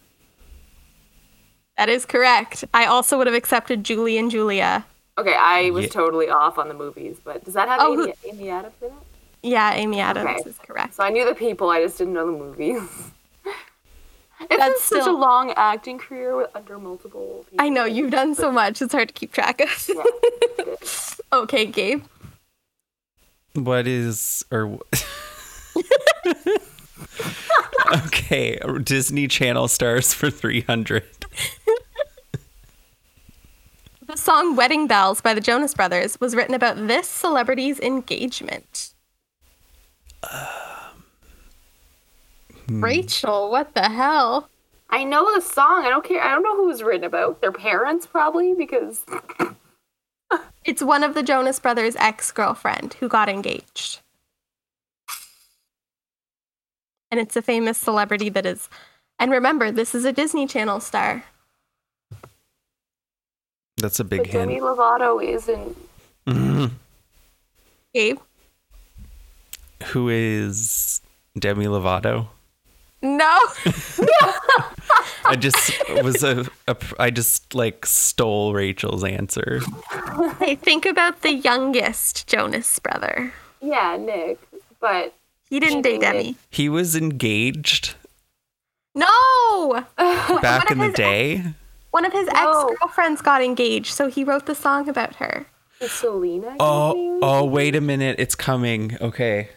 [SPEAKER 1] That is correct. I also would have accepted Julie and Julia.
[SPEAKER 2] Okay, I was
[SPEAKER 3] Yeah.
[SPEAKER 2] totally off on the movies, but does that have
[SPEAKER 1] Oh,
[SPEAKER 2] Amy, Amy Adams in it?
[SPEAKER 1] Yeah, Amy Adams
[SPEAKER 2] Okay.
[SPEAKER 1] is correct.
[SPEAKER 2] So I knew the people, I just didn't know the movies. It's
[SPEAKER 1] That's
[SPEAKER 2] That's such
[SPEAKER 1] still-
[SPEAKER 2] a long acting career with under multiple. People.
[SPEAKER 1] I know you've done so much; it's hard to keep track of.
[SPEAKER 2] Yeah.
[SPEAKER 1] okay, Gabe.
[SPEAKER 3] What is or Okay, Disney Channel stars for 300.
[SPEAKER 1] The song "Wedding Bells" by the Jonas Brothers was written about this celebrity's engagement. Um, hmm. Rachel, what the hell?
[SPEAKER 2] I know the song. I don't care. I don't know who it was written about. Their parents, probably, because
[SPEAKER 1] It's one of the Jonas Brothers' ex-girlfriend who got engaged. And it's a famous celebrity that is and remember, this is a Disney Channel star.
[SPEAKER 3] That's a big
[SPEAKER 2] but Demi
[SPEAKER 3] hint.
[SPEAKER 2] Lovato isn't.
[SPEAKER 3] Mhm.
[SPEAKER 1] Gabe?
[SPEAKER 3] Who is Demi Lovato?
[SPEAKER 1] No.
[SPEAKER 3] I just was a, a I just like stole Rachel's answer.
[SPEAKER 1] I think about the youngest Jonas brother.
[SPEAKER 2] Yeah, Nick. But
[SPEAKER 1] He didn't date Demi.
[SPEAKER 3] He was engaged
[SPEAKER 1] No.
[SPEAKER 3] back
[SPEAKER 1] One
[SPEAKER 3] in
[SPEAKER 1] of
[SPEAKER 3] the
[SPEAKER 1] his
[SPEAKER 3] day.
[SPEAKER 1] One of his
[SPEAKER 2] No.
[SPEAKER 1] ex-girlfriends got engaged, so he wrote the song about her.
[SPEAKER 2] is Selena. in
[SPEAKER 3] Oh,
[SPEAKER 2] the
[SPEAKER 3] oh, wait a minute. It's coming. Okay.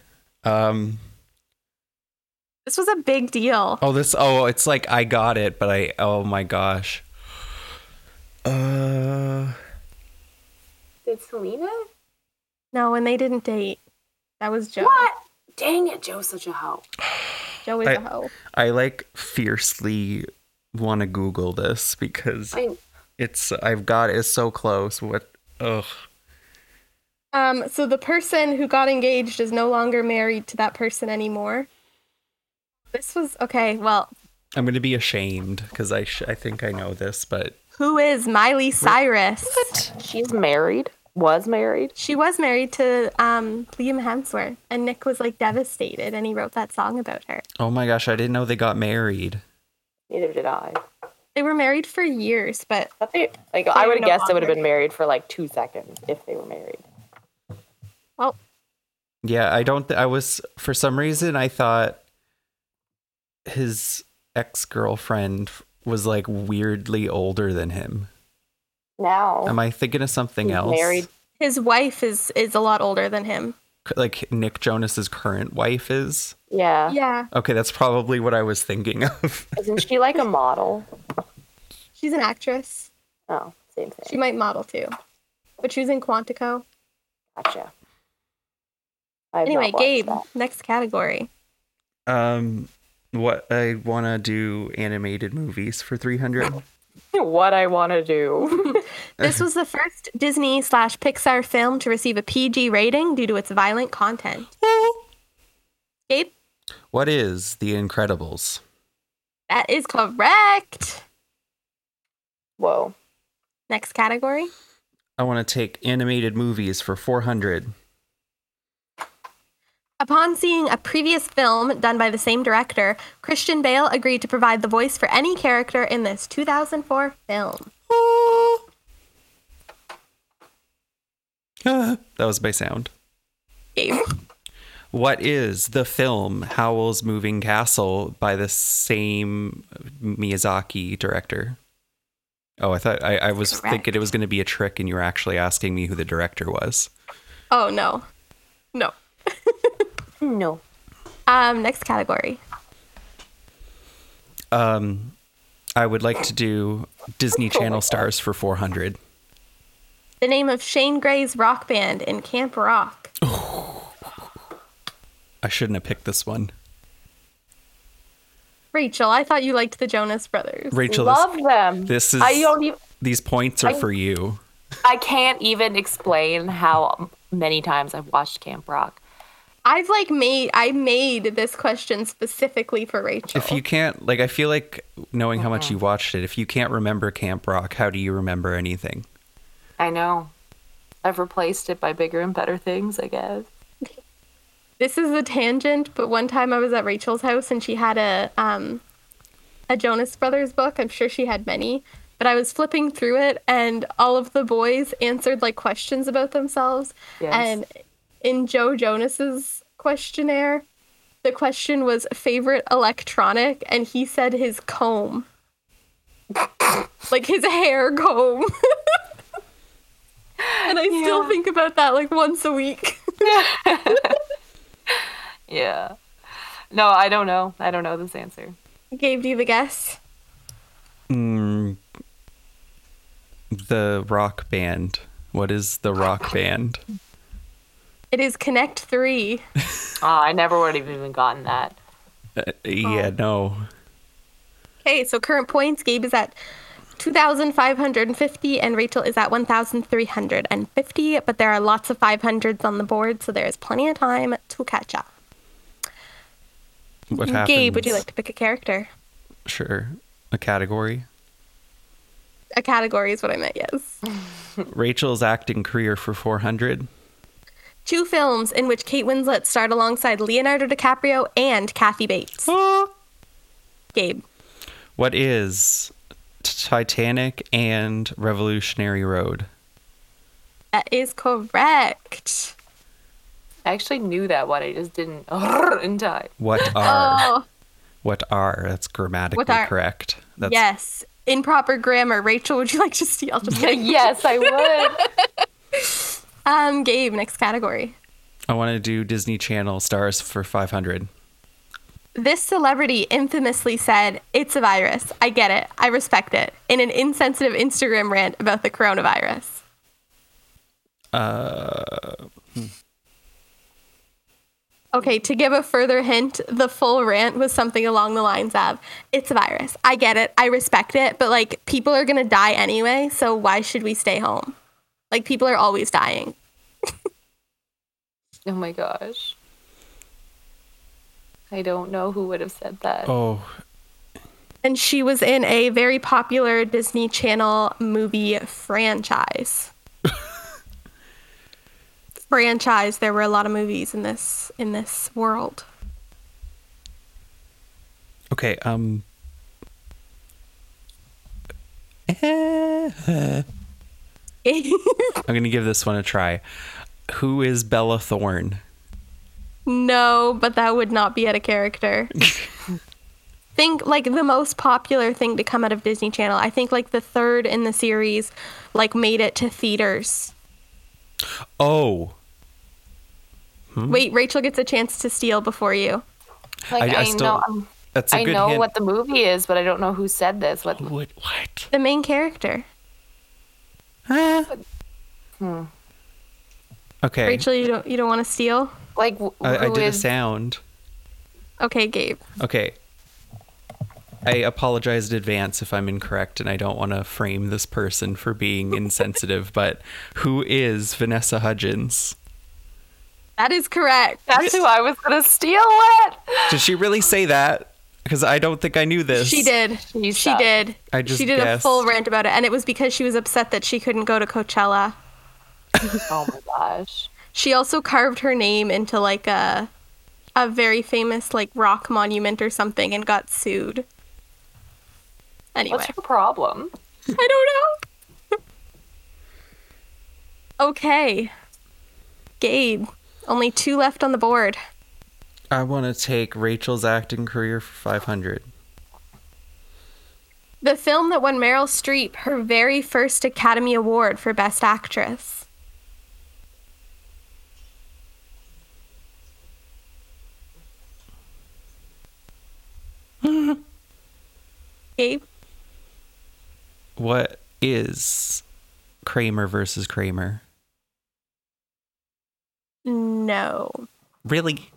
[SPEAKER 3] Um
[SPEAKER 1] This was a big deal.
[SPEAKER 3] Oh, this. Oh, it's like I got it, but I. Oh my gosh. Uh,
[SPEAKER 2] Did Selena?
[SPEAKER 1] No, and they didn't date. That was Joe.
[SPEAKER 2] What? Dang it, Joe's such a hoe.
[SPEAKER 1] Joe is
[SPEAKER 3] I-
[SPEAKER 1] a hoe.
[SPEAKER 3] I like fiercely want to Google this because
[SPEAKER 2] I,
[SPEAKER 3] it's. I've got it. It's so close. What? Ugh.
[SPEAKER 1] Um, so the person who got engaged is no longer married to that person anymore. This was okay. Well,
[SPEAKER 3] I'm gonna be ashamed because I. Sh- I think I know this, but
[SPEAKER 1] who is Miley Cyrus?
[SPEAKER 2] she's married. Was married.
[SPEAKER 1] She was married to um, Liam Hemsworth, and Nick was like devastated, and he wrote that song about her.
[SPEAKER 3] oh my gosh, I didn't know they got married.
[SPEAKER 2] Neither did I.
[SPEAKER 1] They were married for years, but
[SPEAKER 2] But they, like, I would have
[SPEAKER 1] no
[SPEAKER 2] guessed they would have
[SPEAKER 1] longer.
[SPEAKER 2] been married for like two seconds if they were married.
[SPEAKER 1] well,
[SPEAKER 3] Yeah, I don't. Th- I was for some reason I thought his ex girlfriend was like weirdly older than him.
[SPEAKER 2] Now,
[SPEAKER 3] Am I thinking of something
[SPEAKER 2] He's
[SPEAKER 3] else?
[SPEAKER 2] married.
[SPEAKER 1] his wife is is a lot older than him.
[SPEAKER 3] C- Like Nick Jonas's current wife is.
[SPEAKER 2] yeah.
[SPEAKER 1] Yeah,
[SPEAKER 3] Okay, that's probably what I was thinking of.
[SPEAKER 2] Isn't she like a model?
[SPEAKER 1] she's an actress.
[SPEAKER 2] Oh, same thing.
[SPEAKER 1] She might model too, but she was in Quantico.
[SPEAKER 2] Gotcha. I have not
[SPEAKER 1] Anyway,
[SPEAKER 2] watched
[SPEAKER 1] Gabe,
[SPEAKER 2] that.
[SPEAKER 1] next category.
[SPEAKER 3] Um, what I want to do animated movies for three hundred.
[SPEAKER 2] What I want to do.
[SPEAKER 1] This was the first Disney slash Pixar film to receive a PG rating due to its violent content. Gabe,
[SPEAKER 3] What is The Incredibles?
[SPEAKER 1] that is correct.
[SPEAKER 2] Whoa.
[SPEAKER 1] Next category.
[SPEAKER 3] I want to take animated movies for 400.
[SPEAKER 1] Upon seeing a previous film done by the same director, Christian Bale agreed to provide the voice for any character in this 2004 film.
[SPEAKER 3] Ah, that was by sound.
[SPEAKER 1] Gabe.
[SPEAKER 3] What is the film Howl's Moving Castle by the same Miyazaki director? Oh, I thought I, I was
[SPEAKER 1] Correct.
[SPEAKER 3] thinking it was going to be a trick, and you were actually asking me who the director was.
[SPEAKER 1] Oh, no. No.
[SPEAKER 2] No.
[SPEAKER 1] Um, next category.
[SPEAKER 3] Um, I would like to do Disney Channel stars for 400.
[SPEAKER 1] The name of Shane Gray's rock band in Camp Rock.
[SPEAKER 3] I shouldn't have picked this one.
[SPEAKER 1] Rachel, I thought you liked the Jonas Brothers.
[SPEAKER 3] Rachel, this-
[SPEAKER 2] Love them.
[SPEAKER 3] this is-
[SPEAKER 2] I don't even.
[SPEAKER 3] these points are for you.
[SPEAKER 2] I can't even explain how many times I've watched Camp Rock.
[SPEAKER 1] I've like made I made this question specifically for Rachel.
[SPEAKER 3] If you can't, like, I feel like knowing how
[SPEAKER 1] Uh-huh.
[SPEAKER 3] much you watched it, if you can't remember Camp Rock, how do you remember anything?
[SPEAKER 2] I know. I've replaced it by bigger and better things, I guess.
[SPEAKER 1] this is a tangent, but one time I was at Rachel's house and she had a um a Jonas Brothers book. I'm sure she had many, but I was flipping through it and all of the boys answered like questions about themselves.
[SPEAKER 2] Yes.
[SPEAKER 1] And in Joe Jonas's questionnaire, the question was favorite electronic and he said his comb. like his hair comb. and I still
[SPEAKER 2] Yeah.
[SPEAKER 1] think about that like once a week.
[SPEAKER 2] Yeah. No, I don't know. I don't know this answer.
[SPEAKER 1] Gabe, do you have a guess?
[SPEAKER 3] Mm, the rock band. What is the rock band?
[SPEAKER 1] It is Connect 3.
[SPEAKER 2] Ah, I never would have even gotten that.
[SPEAKER 3] Uh,
[SPEAKER 1] Oh.
[SPEAKER 3] yeah, no.
[SPEAKER 1] Okay, so current points Gabe is at 2,550 and Rachel is at 1,350, but there are lots of 500s on the board, so there is plenty of time to catch up.
[SPEAKER 3] What happens?
[SPEAKER 1] Gabe, would you like to pick a character?
[SPEAKER 3] Sure. A category.
[SPEAKER 1] A category is what I meant, yes.
[SPEAKER 3] Rachel's acting career for 400.
[SPEAKER 1] Two films in which Kate Winslet starred alongside Leonardo DiCaprio and Kathy Bates. Gabe,
[SPEAKER 3] What is Titanic and Revolutionary Road?
[SPEAKER 1] that is correct.
[SPEAKER 2] I actually knew that one. I just didn't in time.
[SPEAKER 3] What are?
[SPEAKER 1] Oh,
[SPEAKER 3] What are? That's grammatically
[SPEAKER 1] are-
[SPEAKER 3] correct. That's
[SPEAKER 1] yes. Improper grammar. Rachel, would you like to steal? Just kidding.
[SPEAKER 2] yes, I would.
[SPEAKER 1] Um, Gabe, next category.
[SPEAKER 3] I want to do Disney Channel stars for 500.
[SPEAKER 1] This celebrity infamously said, It's a virus. I get it. I respect it. In an insensitive Instagram rant about the coronavirus. Uh. Okay, to give a further hint, the full rant was something along the lines of, It's a virus. I get it. I respect it. But like, people are going to die anyway. So why should we stay home? Like, people are always dying.
[SPEAKER 2] Oh my gosh. I don't know who would have said that.
[SPEAKER 3] Oh,
[SPEAKER 1] And she was in a very popular Disney Channel movie franchise. franchise. There were a lot of movies in this in this world.
[SPEAKER 3] okay. Um. I'm gonna give this one a try. Who is Bella Thorne?
[SPEAKER 1] no, but that would not be at a character. think like the most popular thing to come out of Disney Channel. I think like the third in the series like made it to theaters.
[SPEAKER 3] Oh,
[SPEAKER 1] Wait, Rachel gets a chance to steal before you.
[SPEAKER 2] like
[SPEAKER 3] I- I
[SPEAKER 2] I,
[SPEAKER 3] still-
[SPEAKER 2] know I'm-
[SPEAKER 3] that's a
[SPEAKER 2] I
[SPEAKER 3] good
[SPEAKER 2] know
[SPEAKER 3] hint.
[SPEAKER 2] what the movie is, but I don't know who said this. What
[SPEAKER 3] what? What?
[SPEAKER 1] The main character.
[SPEAKER 3] Ah.
[SPEAKER 2] Hmm.
[SPEAKER 3] Okay.
[SPEAKER 1] Rachel, you don't you don't want to steal?
[SPEAKER 2] like wh- who is?
[SPEAKER 3] I, I did a sound.
[SPEAKER 1] Okay, Gabe.
[SPEAKER 3] Okay. I apologize in advance if I'm incorrect and I don't want to frame this person for being insensitive, but who is Vanessa Hudgens?
[SPEAKER 1] That is correct.
[SPEAKER 2] That's who I was gonna steal it.
[SPEAKER 3] Did she really say that? Because I don't think I knew this.
[SPEAKER 1] She did.
[SPEAKER 2] You
[SPEAKER 1] she
[SPEAKER 2] suck.
[SPEAKER 1] did.
[SPEAKER 3] I just
[SPEAKER 1] she did a full
[SPEAKER 3] guessed.
[SPEAKER 1] rant about it, and it was because she was upset that she couldn't go to Coachella
[SPEAKER 2] oh my gosh.
[SPEAKER 1] She also carved her name into like a a very famous like rock monument or something and got sued. Anyway,
[SPEAKER 2] What's your problem?
[SPEAKER 1] I don't know. okay. Gabe, only two left on the board.
[SPEAKER 3] I want to take Rachel's acting career for 500.
[SPEAKER 1] The film that won Meryl Streep her very first Academy Award for Best Actress. Gabe,
[SPEAKER 3] What is Kramer versus Kramer?
[SPEAKER 1] no.
[SPEAKER 3] Really?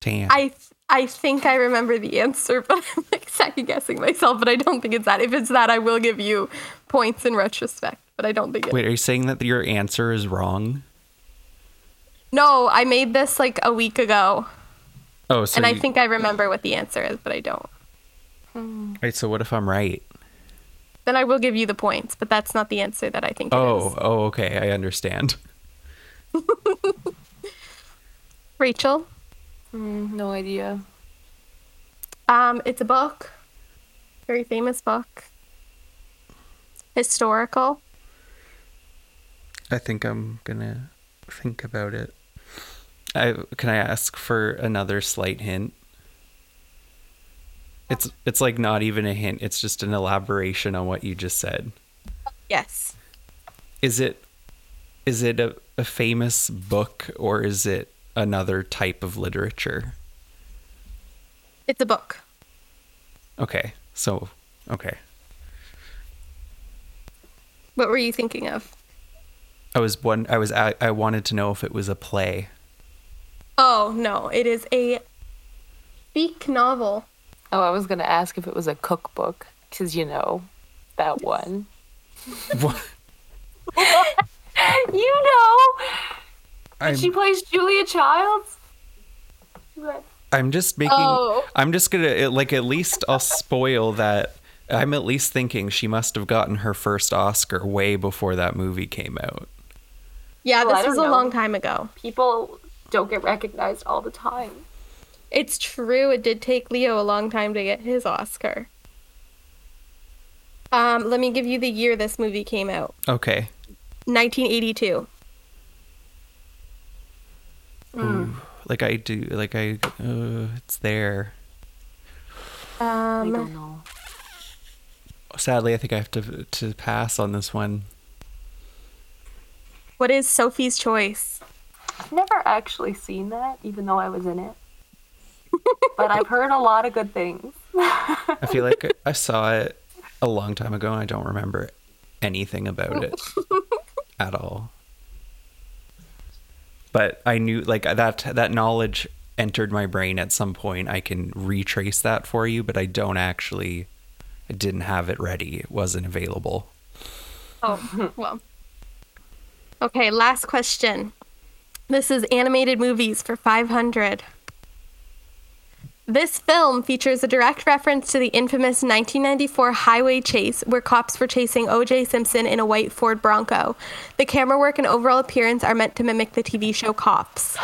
[SPEAKER 3] Damn.
[SPEAKER 1] I th- I think I remember the answer, but I'm like second guessing myself. But I don't think it's that. If it's that, I will give you points in retrospect. But I don't think it.
[SPEAKER 3] Wait, are you saying that your answer is wrong?
[SPEAKER 1] No, I made this like a week ago,
[SPEAKER 3] Oh, so
[SPEAKER 1] and I
[SPEAKER 3] you-
[SPEAKER 1] think I remember what the answer is, but I don't.
[SPEAKER 3] Wait, so what if I'm right?
[SPEAKER 1] Then I will give you the points, but that's not the answer that I think. it
[SPEAKER 3] Oh,
[SPEAKER 1] is.
[SPEAKER 3] oh, okay, I understand.
[SPEAKER 1] Rachel,
[SPEAKER 2] no idea.
[SPEAKER 1] um, it's a book, very famous book, historical.
[SPEAKER 3] I think I'm gonna think about it. I can I ask for another slight hint? It's it's like not even a hint, it's just an elaboration on what you just said.
[SPEAKER 1] Yes.
[SPEAKER 3] Is it is it a, a famous book or is it another type of literature?
[SPEAKER 1] It's a book.
[SPEAKER 3] Okay. So okay.
[SPEAKER 1] What were you thinking of?
[SPEAKER 3] I was one I was I, I wanted to know if it was a play.
[SPEAKER 1] Oh no, it is a speak novel.
[SPEAKER 2] Oh, I was gonna ask if it was a cookbook, cause you know that one.
[SPEAKER 3] What?
[SPEAKER 2] you know,
[SPEAKER 3] I'm,
[SPEAKER 2] she plays Julia Childs. Right.
[SPEAKER 3] I'm just making
[SPEAKER 1] Oh.
[SPEAKER 3] I'm just gonna it- like at least I'll spoil that I'm at least thinking she must have gotten her first Oscar way before that movie came out.
[SPEAKER 1] Yeah,
[SPEAKER 2] Well, I
[SPEAKER 1] this
[SPEAKER 2] don't
[SPEAKER 1] was a
[SPEAKER 2] know.
[SPEAKER 1] long time ago.
[SPEAKER 2] People don't get recognized all the time.
[SPEAKER 1] It's true. It did take Leo a long time to get his Oscar. Um, let me give you the year this movie came out.
[SPEAKER 3] Okay.
[SPEAKER 1] 1982.
[SPEAKER 3] Like I do like I uh, it's there.
[SPEAKER 2] I
[SPEAKER 1] Um,
[SPEAKER 2] don't know.
[SPEAKER 3] Sadly I think I have to to pass on this one.
[SPEAKER 1] what is Sophie's Choice?
[SPEAKER 2] I've never actually seen that, even though I was in it. but I've heard a lot of good things.
[SPEAKER 3] I feel like I saw it a long time ago and I don't remember anything about it at all. But I knew like that that knowledge entered my brain at some point. I can retrace that for you, but I don't actually I didn't have it ready. It wasn't available.
[SPEAKER 1] Oh, well. Okay, last question. This is animated movies for 500. This film features a direct reference to the infamous 1994 highway chase where cops were chasing O.J. Simpson in a white Ford Bronco. The camera work and overall appearance are meant to mimic the TV show Cops.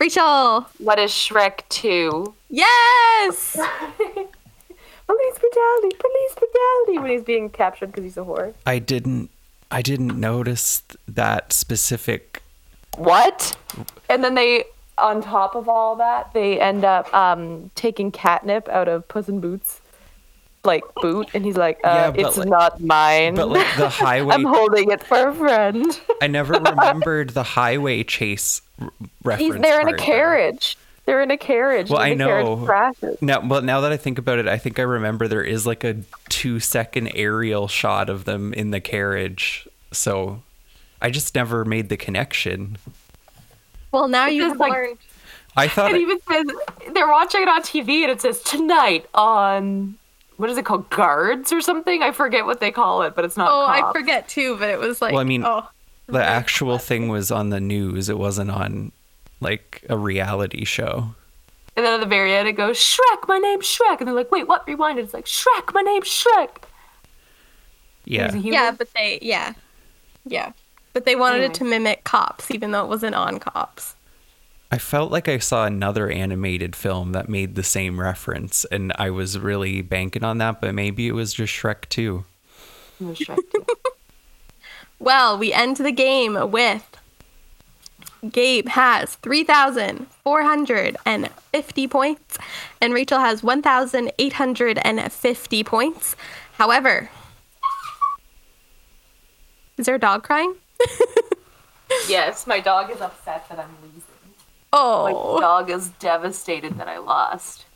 [SPEAKER 1] Rachel!
[SPEAKER 2] What is Shrek 2?
[SPEAKER 1] Yes!
[SPEAKER 2] Police brutality, police brutality, when he's being captured because he's a whore.
[SPEAKER 3] I didn't I didn't notice that specific
[SPEAKER 2] What? And then they, on top of all that, they end up um, taking catnip out of Puss in Boots, like boot, and he's like,
[SPEAKER 3] Yeah,
[SPEAKER 2] uh,
[SPEAKER 3] but
[SPEAKER 2] "It's
[SPEAKER 3] like-
[SPEAKER 2] not mine.
[SPEAKER 3] but like the highway
[SPEAKER 2] I'm holding it for a friend."
[SPEAKER 3] I never remembered the highway chase r- reference.
[SPEAKER 2] He's, they're in a
[SPEAKER 3] part, though.
[SPEAKER 2] carriage. They're in a carriage.
[SPEAKER 3] Well,
[SPEAKER 2] and the
[SPEAKER 3] I
[SPEAKER 2] carriage
[SPEAKER 3] know.
[SPEAKER 2] crashes.
[SPEAKER 3] Now, well, now that I think about it, I think I remember there is like a two-second aerial shot of them in the carriage. So, I just never made the connection.
[SPEAKER 1] Well, now you've
[SPEAKER 2] just like-
[SPEAKER 1] learned.
[SPEAKER 3] I thought
[SPEAKER 2] It even says they're watching it on TV, and it says tonight on what is it called, guards or something? I forget what they call it, but it's not.
[SPEAKER 1] Oh, I
[SPEAKER 2] cops.
[SPEAKER 1] forget too, but it was like.
[SPEAKER 3] Well, I mean-
[SPEAKER 1] oh.
[SPEAKER 3] the actual thing was on the news. It wasn't on like a reality show.
[SPEAKER 2] And then at the very end, it goes Shrek, my name's Shrek, and they're like, wait, what? Rewind. it. It's like Shrek, my name's Shrek.
[SPEAKER 3] Yeah.
[SPEAKER 2] He's a human.
[SPEAKER 1] Yeah, but they yeah. Yeah. But they wanted
[SPEAKER 2] Anyway.
[SPEAKER 1] it to mimic cops, even though it wasn't on cops.
[SPEAKER 3] I felt like I saw another animated film that made the same reference, and I was really banking on that, but maybe it was just Shrek 2.
[SPEAKER 2] No Shrek two.
[SPEAKER 1] Well, we end the game with Gabe has 3,450 points and Rachel has 1,850 points. However, is there a dog crying?
[SPEAKER 2] yes, my dog is upset that I'm losing. My
[SPEAKER 1] Oh,
[SPEAKER 2] dog is devastated that I lost.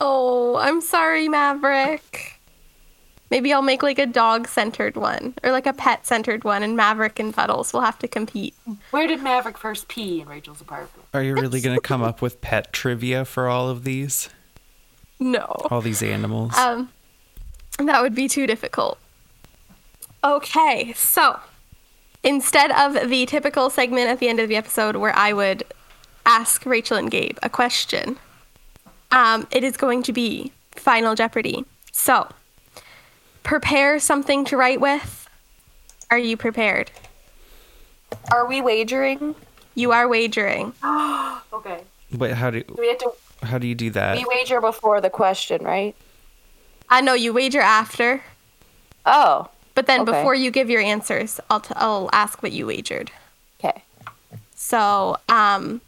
[SPEAKER 1] oh, I'm sorry, Maverick. Maybe I'll make like a dog centered one or like a pet centered one, and Maverick and Puddles will have to compete.
[SPEAKER 2] Where did Maverick first pee in Rachel's apartment?
[SPEAKER 3] Are you really going to come up with pet trivia for all of these?
[SPEAKER 1] No.
[SPEAKER 3] All these animals?
[SPEAKER 2] Uh,
[SPEAKER 1] Um, that would be too difficult. Okay, so instead of the typical segment at the end of the episode where I would ask Rachel and Gabe a question, um, it is going to be Final Jeopardy. So prepare something to write with. Are you prepared?
[SPEAKER 2] Are we wagering?
[SPEAKER 1] You are wagering.
[SPEAKER 2] Okay.
[SPEAKER 3] Wait, how do
[SPEAKER 2] Do we have to
[SPEAKER 3] how do you do that?
[SPEAKER 2] we wager before the question, right?
[SPEAKER 1] I know you wager after,
[SPEAKER 2] Oh.
[SPEAKER 1] but then
[SPEAKER 2] Okay.
[SPEAKER 1] before you give your answers, I'll, t- I'll ask what you wagered.
[SPEAKER 2] Okay.
[SPEAKER 1] So, um,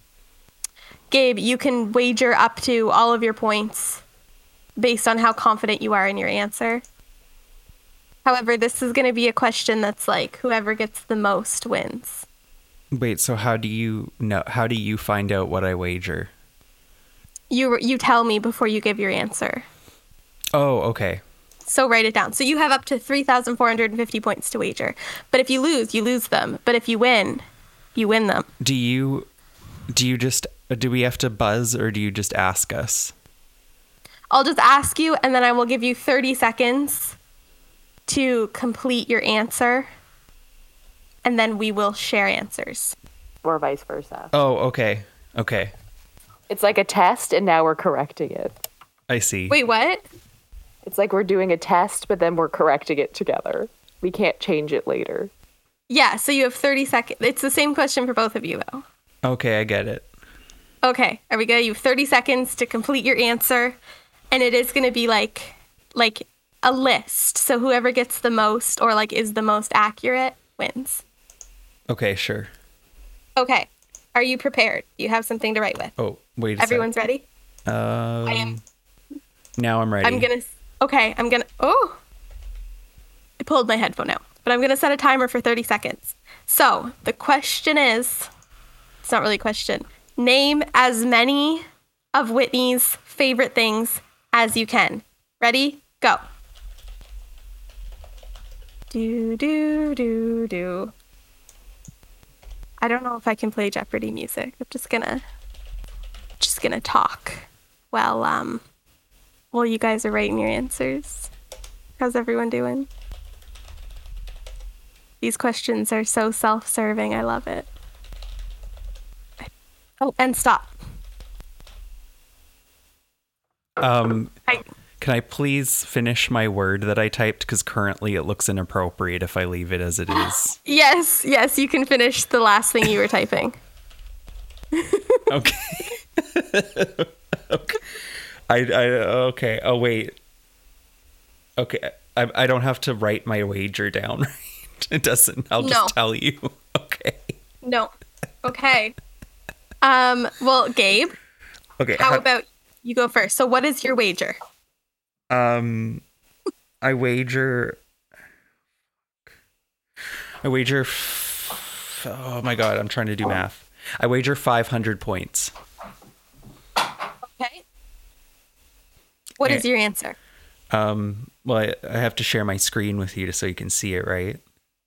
[SPEAKER 1] Gabe, you can wager up to all of your points based on how confident you are in your answer. However, this is going to be a question that's like whoever gets the most wins.
[SPEAKER 3] Wait, so how do you know how do you find out what I wager?
[SPEAKER 1] You you tell me before you give your answer.
[SPEAKER 3] Oh, okay.
[SPEAKER 1] So write it down. So you have up to 3450 points to wager. But if you lose, you lose them. But if you win, you win them.
[SPEAKER 3] Do you do you just do we have to buzz or do you just ask us?
[SPEAKER 1] I'll just ask you, and then I will give you 30 seconds to complete your answer. And then we will share answers.
[SPEAKER 2] Or vice versa.
[SPEAKER 3] Oh, okay. Okay.
[SPEAKER 2] It's like a test and now we're correcting it.
[SPEAKER 3] I see.
[SPEAKER 1] Wait, what?
[SPEAKER 2] It's like we're doing a test, but then we're correcting it together. We can't change it later.
[SPEAKER 1] Yeah, so you have 30 seconds. It's the same question for both of you, though.
[SPEAKER 3] Okay, I get it.
[SPEAKER 1] Okay, are we good? You have 30 seconds to complete your answer. And it is going to be like, like a list. So whoever gets the most or like is the most accurate wins.
[SPEAKER 3] Okay, sure.
[SPEAKER 1] Okay, are you prepared? You have something to write with.
[SPEAKER 3] Oh, wait a
[SPEAKER 1] Everyone's ready?
[SPEAKER 3] sec. Um,
[SPEAKER 1] I am
[SPEAKER 3] now I'm ready.
[SPEAKER 1] I'm gonna. Okay, I'm gonna. Oh, I pulled my headphone out, but I'm gonna set a timer for 30 seconds. So the question is, it's not really a question. Name as many of Whitney's favorite things as you can. Ready? Go. Do do do do. I don't know if I can play Jeopardy music. I'm just gonna, just gonna talk. Well, um. Well, you guys are writing your answers. How's everyone doing? These questions are so self serving. I love it. Oh, and stop.
[SPEAKER 3] um
[SPEAKER 1] I,
[SPEAKER 3] can I please finish my word that I typed cuz currently it looks inappropriate if I leave it as it is.
[SPEAKER 1] yes, yes, you can finish the last thing you were typing.
[SPEAKER 3] okay. okay. I I okay. Oh wait. Okay. I I don't have to write my wager down. Right? It doesn't. I'll
[SPEAKER 1] No.
[SPEAKER 3] just tell you. Okay.
[SPEAKER 1] No. Okay. Um, well, Gabe,
[SPEAKER 3] Okay.
[SPEAKER 1] how about you go first? So, what is your wager?
[SPEAKER 3] um I wager I wager f- Oh my god, I'm trying to do math. I wager 500 points.
[SPEAKER 1] Okay. What is
[SPEAKER 3] Okay.
[SPEAKER 1] your answer?
[SPEAKER 3] Um well I, I have to share my screen with you so you can see it, right?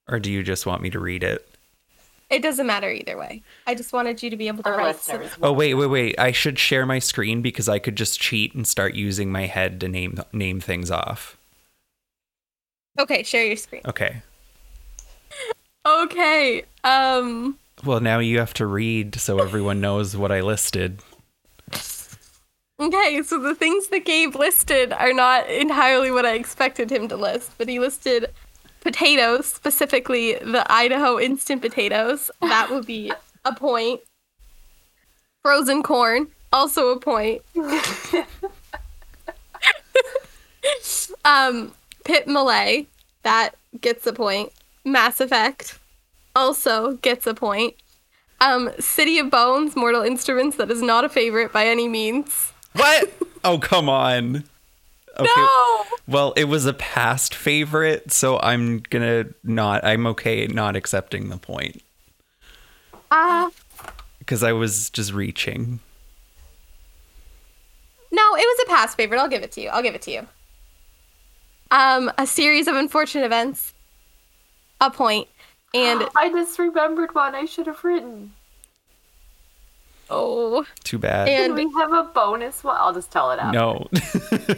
[SPEAKER 3] Or do you just want me to read it?
[SPEAKER 1] It doesn't matter either way. I just wanted you to be able to
[SPEAKER 2] Our
[SPEAKER 1] write. so-
[SPEAKER 2] listeners.
[SPEAKER 3] Oh wait, wait, wait! I should share my screen because I could just cheat and start using my head to name name things off.
[SPEAKER 1] Okay, share your screen.
[SPEAKER 3] Okay.
[SPEAKER 1] Okay. Um
[SPEAKER 3] Well, now you have to read so everyone knows what I listed.
[SPEAKER 1] okay, so the things that Gabe listed are not entirely what I expected him to list, but he listed potatoes, specifically the Idaho instant potatoes. That would be a point. Frozen corn, also a point. um, Pit Malay, that gets a point. Mass Effect, also gets a point. Um, City of Bones, Mortal Instruments, that is not a favorite by any means.
[SPEAKER 3] What? Oh, come on. Okay.
[SPEAKER 1] No!
[SPEAKER 3] Well, it was a past favorite, so I'm gonna not. I'm okay not accepting the point
[SPEAKER 1] Ah.
[SPEAKER 3] because I was just reaching.
[SPEAKER 1] No, it was a past favorite. I'll give it to you. I'll give it to you. Um, a series of unfortunate events, a point, and
[SPEAKER 2] I just remembered one I should have written.
[SPEAKER 1] oh,
[SPEAKER 3] Too bad.
[SPEAKER 2] Can
[SPEAKER 1] and
[SPEAKER 2] we have a bonus one? I'll just tell it out.
[SPEAKER 3] no.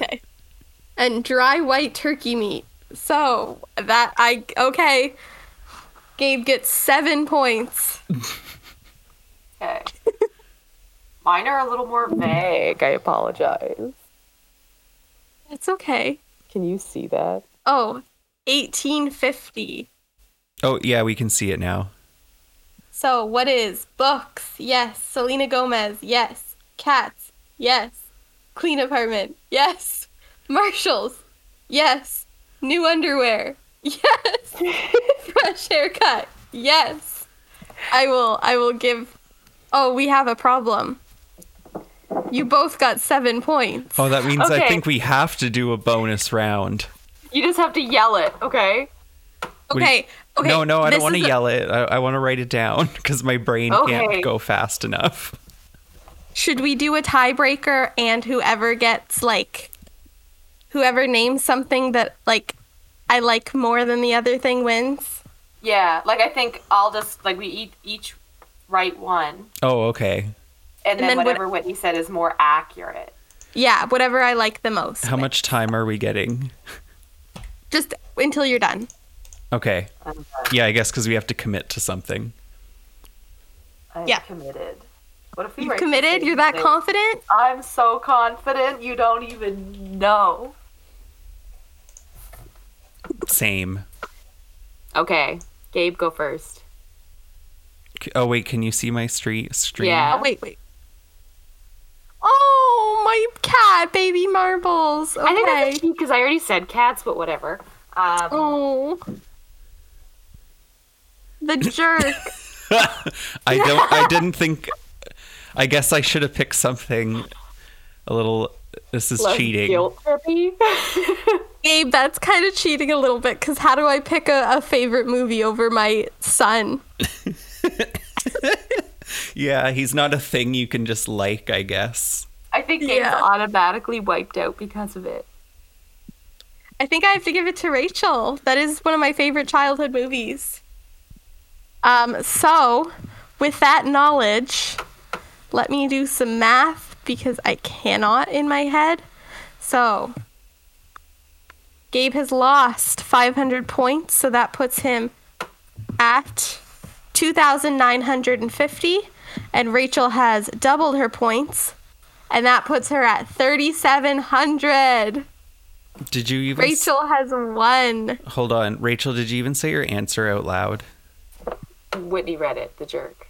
[SPEAKER 1] and dry white turkey meat. So that I okay. Gabe gets seven points.
[SPEAKER 2] Okay. Mine are a little more vague. I apologize.
[SPEAKER 1] It's okay.
[SPEAKER 2] Can you see that?
[SPEAKER 1] Oh, 1850.
[SPEAKER 3] oh yeah, we can see it now.
[SPEAKER 1] So what is books? Yes. Selena Gomez. Yes. Cats. Yes. Clean apartment. Yes. Marshalls. Yes. New underwear. Yes. Fresh haircut. Yes. I will I will give Oh, we have a problem. You both got 7 points.
[SPEAKER 3] Oh, that means I
[SPEAKER 2] Okay.
[SPEAKER 3] think we have to do a bonus round.
[SPEAKER 2] You just have to yell it, okay?
[SPEAKER 3] do you-
[SPEAKER 1] Okay. Okay.
[SPEAKER 3] no, no, I
[SPEAKER 1] this
[SPEAKER 3] don't want to
[SPEAKER 1] is a-
[SPEAKER 3] yell it. I, I want to write it down because my brain
[SPEAKER 2] Okay.
[SPEAKER 3] can't go fast enough.
[SPEAKER 1] Should we do a tiebreaker and whoever gets like whoever names something that like I like more than the other thing wins?
[SPEAKER 2] Yeah, like I think I'll just like we each, each write one,
[SPEAKER 3] Oh, okay.
[SPEAKER 2] and, then,
[SPEAKER 1] then what-
[SPEAKER 2] whatever Whitney said is more accurate.
[SPEAKER 1] Yeah, whatever I like the most.
[SPEAKER 3] How much time are we getting?
[SPEAKER 1] Just until you're done.
[SPEAKER 3] Okay.
[SPEAKER 2] I'm,
[SPEAKER 3] Yeah, I guess because we have to commit to something.
[SPEAKER 2] I'm
[SPEAKER 1] Yeah.
[SPEAKER 2] committed. What if we
[SPEAKER 1] You've
[SPEAKER 2] write the
[SPEAKER 1] committed?
[SPEAKER 2] same
[SPEAKER 1] You're that
[SPEAKER 2] thing?
[SPEAKER 1] confident?
[SPEAKER 2] I'm so confident you don't even know.
[SPEAKER 3] Same.
[SPEAKER 2] Okay, Gabe, go first.
[SPEAKER 3] C- Oh wait, can you see my street stream?
[SPEAKER 2] Yeah.
[SPEAKER 1] Oh, wait, wait. Oh, my cat, baby marbles.
[SPEAKER 2] I think that's
[SPEAKER 1] Okay.
[SPEAKER 2] cheat because I already said cats, but whatever. Um,
[SPEAKER 1] Oh. The jerk.
[SPEAKER 3] I don't. I didn't think. I guess I should have picked something. A little. This is
[SPEAKER 2] less
[SPEAKER 3] cheating.
[SPEAKER 2] Guilt trippy.
[SPEAKER 1] Gabe, that's kind of cheating a little bit because how do I pick a, a favorite movie over my son?
[SPEAKER 3] Yeah, he's not a thing you can just like. I guess.
[SPEAKER 2] I think Gabe's
[SPEAKER 1] Yeah.
[SPEAKER 2] automatically wiped out because of it.
[SPEAKER 1] I think I have to give it to Rachel. That is one of my favorite childhood movies. Um, so, with that knowledge, let me do some math because I cannot in my head. So, Gabe has lost 500 points, so that puts him at 2,950. And Rachel has doubled her points, and that puts her at 3,700.
[SPEAKER 3] Did you even? s-
[SPEAKER 1] Rachel has won.
[SPEAKER 3] Hold on, Rachel. Did you even say your answer out loud?
[SPEAKER 2] Whitney read it, the jerk.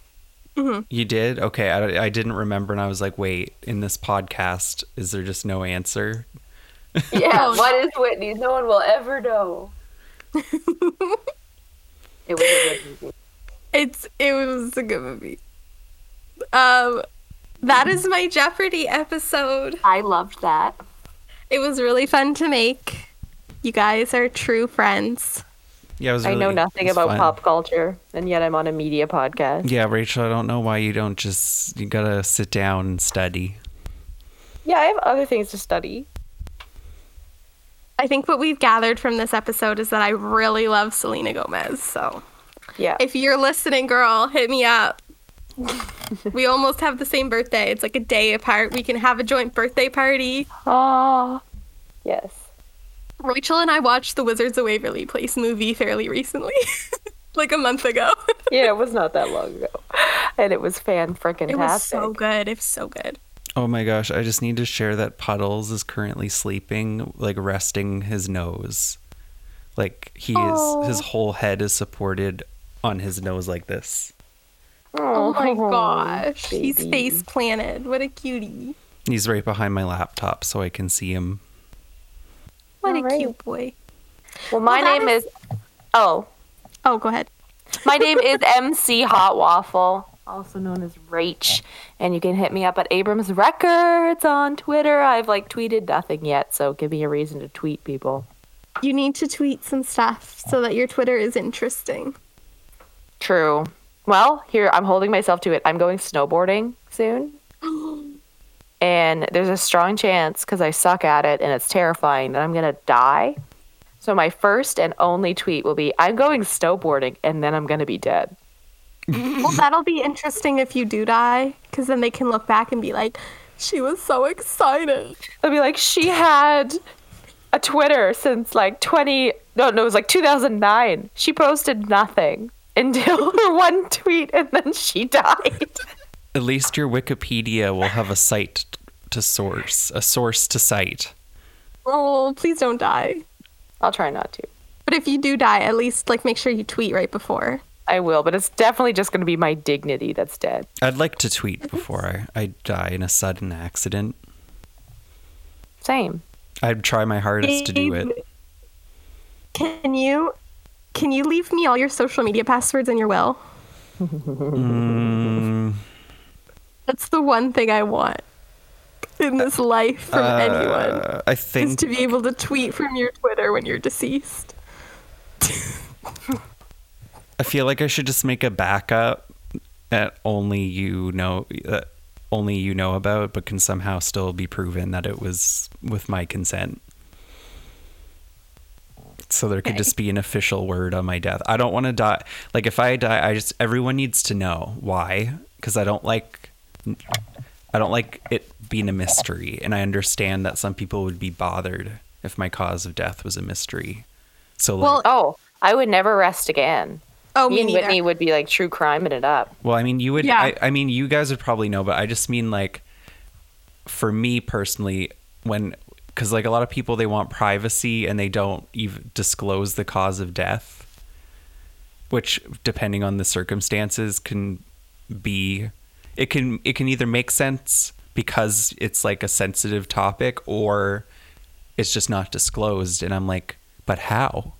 [SPEAKER 3] You did. Okay, I, I didn't remember, and I was like, wait. In this podcast, is there just no answer?
[SPEAKER 2] Yeah,
[SPEAKER 1] Oh,
[SPEAKER 2] what is Whitney? No one will ever know. it was a good movie.
[SPEAKER 1] It's it was a good movie. Um that is my Jeopardy episode.
[SPEAKER 2] I loved that.
[SPEAKER 1] It was really fun to make. You guys are true friends.
[SPEAKER 3] Yeah, it was.
[SPEAKER 2] I know
[SPEAKER 3] really- it
[SPEAKER 2] nothing
[SPEAKER 3] was
[SPEAKER 2] about
[SPEAKER 3] fun.
[SPEAKER 2] pop culture, and yet I'm on a media podcast.
[SPEAKER 3] Yeah, Rachel. I don't know why you don't just. You gotta sit down and study.
[SPEAKER 2] Yeah, I have other things to study.
[SPEAKER 1] I think what we've gathered from this episode is that I really love Selena Gomez. So
[SPEAKER 2] Yeah.
[SPEAKER 1] if you're listening, girl, hit me up. we almost have the same birthday. It's like a day apart. We can have a joint birthday party.
[SPEAKER 2] Ah. Yes.
[SPEAKER 1] Rachel and I watched the Wizards of Waverly Place movie fairly recently, like a month ago.
[SPEAKER 2] Yeah, it was not that long ago, and it was fan freaking
[SPEAKER 1] It was so good. It was so good.
[SPEAKER 3] Oh my gosh, I just need to share that Puddles is currently sleeping, like resting his nose Like he
[SPEAKER 1] Oh.
[SPEAKER 3] is his whole head is supported on his nose like this.
[SPEAKER 1] Oh my gosh. He's face planted. What a cutie.
[SPEAKER 3] He's right behind my laptop so I can see him.
[SPEAKER 1] What a
[SPEAKER 2] Alright.
[SPEAKER 1] cute boy.
[SPEAKER 2] Well, my
[SPEAKER 1] Well, that
[SPEAKER 2] name is. Oh,
[SPEAKER 1] Oh, go ahead.
[SPEAKER 2] my name is MC Hot Waffle, also known as Rach, and you can hit me up at Abrams Records on Twitter. I've like tweeted nothing yet, so give me a reason to tweet people.
[SPEAKER 1] You need to tweet some stuff so that your Twitter is interesting.
[SPEAKER 2] True. Well, here I'm holding myself to it. I'm going snowboarding soon. and there's a strong chance because I suck at it and it's terrifying that I'm going to die. So my first and only tweet will be I'm going snowboarding and then I'm going to be dead.
[SPEAKER 1] Well, that'll be interesting if you do die, because then they can look back and be like, she was so excited.
[SPEAKER 2] They'll be like she had a Twitter since like 20 no no it was like 2009. She posted nothing until her one tweet and then she died.
[SPEAKER 3] At least your Wikipedia will have a site to source, a source to cite.
[SPEAKER 1] Oh, please don't die.
[SPEAKER 2] I'll try not to.
[SPEAKER 1] But if you do die, at least like make sure you tweet right before.
[SPEAKER 2] I will, but it's definitely just going to be my dignity that's dead.
[SPEAKER 3] I'd like to tweet before I, I die in a sudden accident.
[SPEAKER 2] Same.
[SPEAKER 3] I'd try my hardest to do it.
[SPEAKER 1] Can you can you leave me all your social media passwords in your will?
[SPEAKER 3] Mm.
[SPEAKER 1] That's the one thing I want in this life from anyone
[SPEAKER 3] Uh, I
[SPEAKER 1] is
[SPEAKER 3] think
[SPEAKER 1] to be able to tweet from your Twitter when you're deceased.
[SPEAKER 3] I feel like I should just make a backup that only you know that only you know about, but can somehow still be proven that it was with my consent. So there could just be an official word on my death. I don't want to die. Like if I die, I just everyone needs to know why, because I don't like. I don't like it being a mystery, and I understand that some people would be bothered if my cause of death was a mystery. So, like,
[SPEAKER 1] Well,
[SPEAKER 2] Oh, I would never rest again.
[SPEAKER 1] Oh,
[SPEAKER 2] me,
[SPEAKER 1] me
[SPEAKER 2] and
[SPEAKER 1] neither.
[SPEAKER 2] Whitney would be like true criming it up.
[SPEAKER 3] Well, I mean, you would.
[SPEAKER 1] Yeah.
[SPEAKER 3] I, I mean, you guys would probably know, but I just mean like, for me personally, when because like a lot of people they want privacy and they don't even disclose the cause of death, which depending on the circumstances can be, it can it can either make sense because it's like a sensitive topic or it's just not disclosed, and I'm like, but how?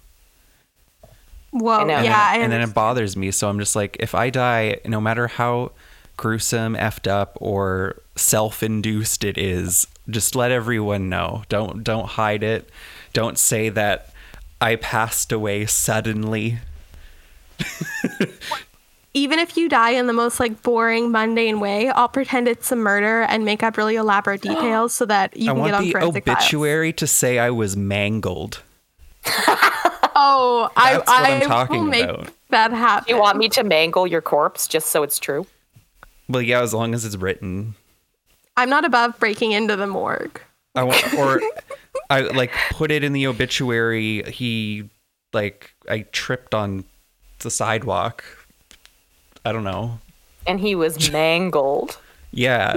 [SPEAKER 1] Whoa,
[SPEAKER 2] I know.
[SPEAKER 3] And
[SPEAKER 1] yeah, I
[SPEAKER 3] then, and then
[SPEAKER 1] understand.
[SPEAKER 3] it bothers me. So I'm just like, if I die, no matter how gruesome, effed up, or self-induced it is, just let everyone know. Don't don't hide it. Don't say that I passed away suddenly.
[SPEAKER 1] even if you die in the most like boring, mundane way, I'll pretend it's a murder and make up really elaborate details so that you can
[SPEAKER 3] I
[SPEAKER 1] get
[SPEAKER 3] want
[SPEAKER 1] on
[SPEAKER 3] the
[SPEAKER 1] forensic files.
[SPEAKER 3] obituary to say I was mangled.
[SPEAKER 1] Oh, I,
[SPEAKER 3] That's what I'm
[SPEAKER 1] I will
[SPEAKER 3] talking
[SPEAKER 1] make
[SPEAKER 3] about.
[SPEAKER 1] that happen.
[SPEAKER 2] You want me to mangle your corpse just so it's true?
[SPEAKER 3] Well, yeah, as long as it's written.
[SPEAKER 1] I'm not above breaking into the morgue.
[SPEAKER 3] I want or I like put it in the obituary. He like I tripped on the sidewalk. I don't know.
[SPEAKER 2] And he was mangled.
[SPEAKER 3] Yeah.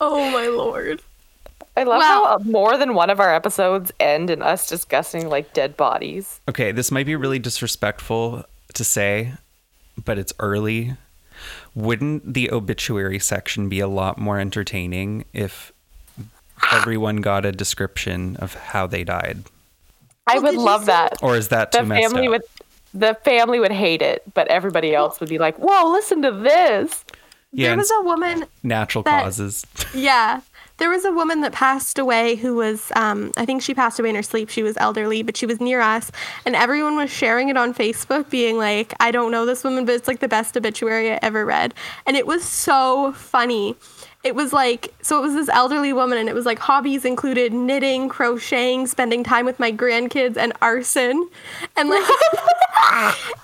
[SPEAKER 1] Oh my lord.
[SPEAKER 2] I love
[SPEAKER 1] Well-
[SPEAKER 2] how uh, more than one of our episodes end in us discussing like dead bodies.
[SPEAKER 3] Okay, this might be really disrespectful to say, but it's early. Wouldn't the obituary section be a lot more entertaining if everyone got a description of how they died?
[SPEAKER 2] I
[SPEAKER 1] Well,
[SPEAKER 2] would
[SPEAKER 1] did you
[SPEAKER 2] love
[SPEAKER 1] see-
[SPEAKER 2] that.
[SPEAKER 3] Or is that
[SPEAKER 2] The
[SPEAKER 3] too messed
[SPEAKER 2] family
[SPEAKER 3] up?
[SPEAKER 2] would the family would hate it, but everybody else would be like, "Whoa, listen to this."
[SPEAKER 3] yeah,
[SPEAKER 1] there was
[SPEAKER 3] and
[SPEAKER 1] a woman,
[SPEAKER 3] natural
[SPEAKER 1] that-
[SPEAKER 3] causes.
[SPEAKER 1] yeah. There was a woman that passed away who was, um, I think she passed away in her sleep. She was elderly, but she was near us. And everyone was sharing it on Facebook, being like, I don't know this woman, but it's like the best obituary I ever read. And it was so funny. It was like, so it was this elderly woman, and it was like hobbies included knitting, crocheting, spending time with my grandkids, and arson. And like,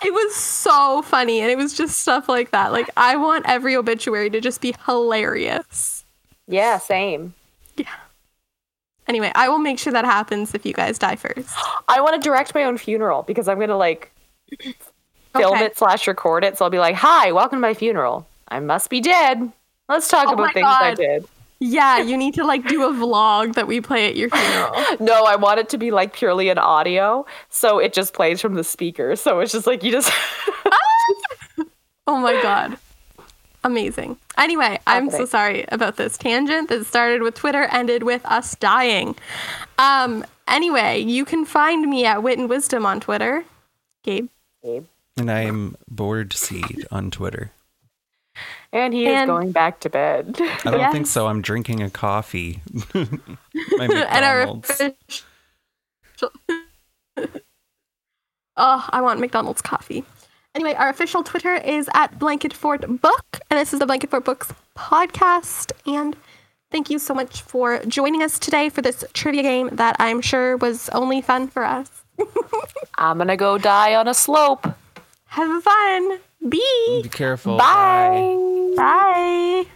[SPEAKER 1] It was so funny, and it was just stuff like that. Like, I want every obituary to just be hilarious.
[SPEAKER 2] Yeah, same.
[SPEAKER 1] Anyway, I will make sure that happens if you guys die first.
[SPEAKER 2] I want to direct my own funeral because I'm gonna like film
[SPEAKER 1] Okay.
[SPEAKER 2] it slash record it. So I'll be like, "Hi, welcome to my funeral. I must be dead. Let's talk
[SPEAKER 1] Oh my
[SPEAKER 2] about things I
[SPEAKER 1] God.
[SPEAKER 2] did."
[SPEAKER 1] Yeah, you need to like do a vlog that we play at your funeral.
[SPEAKER 2] No, I want it to be like purely an audio, so it just plays from the speaker. So it's just like you just
[SPEAKER 1] Oh my god. Amazing. Anyway, I'm so
[SPEAKER 2] Happening.
[SPEAKER 1] sorry about this tangent that started with Twitter, ended with us dying. Um, anyway, you can find me at Wit and Wisdom on Twitter. Gabe.
[SPEAKER 3] And I am bored seed on Twitter.
[SPEAKER 2] and he
[SPEAKER 1] And-
[SPEAKER 2] is going back to bed.
[SPEAKER 3] I don't think
[SPEAKER 1] Yes.
[SPEAKER 3] so. I'm drinking a coffee. My
[SPEAKER 1] and our
[SPEAKER 3] McDonald's.
[SPEAKER 1] official Oh, I want McDonald's coffee. Anyway, our official Twitter is at Blanket Fort Book, and this is the Blanket Fort Books podcast. And thank you so much for joining us today for this trivia game that I'm sure was only fun for us.
[SPEAKER 2] I'm gonna go die on a slope.
[SPEAKER 1] Have fun. Be
[SPEAKER 3] Oh Be careful.
[SPEAKER 2] Bye.
[SPEAKER 1] bye.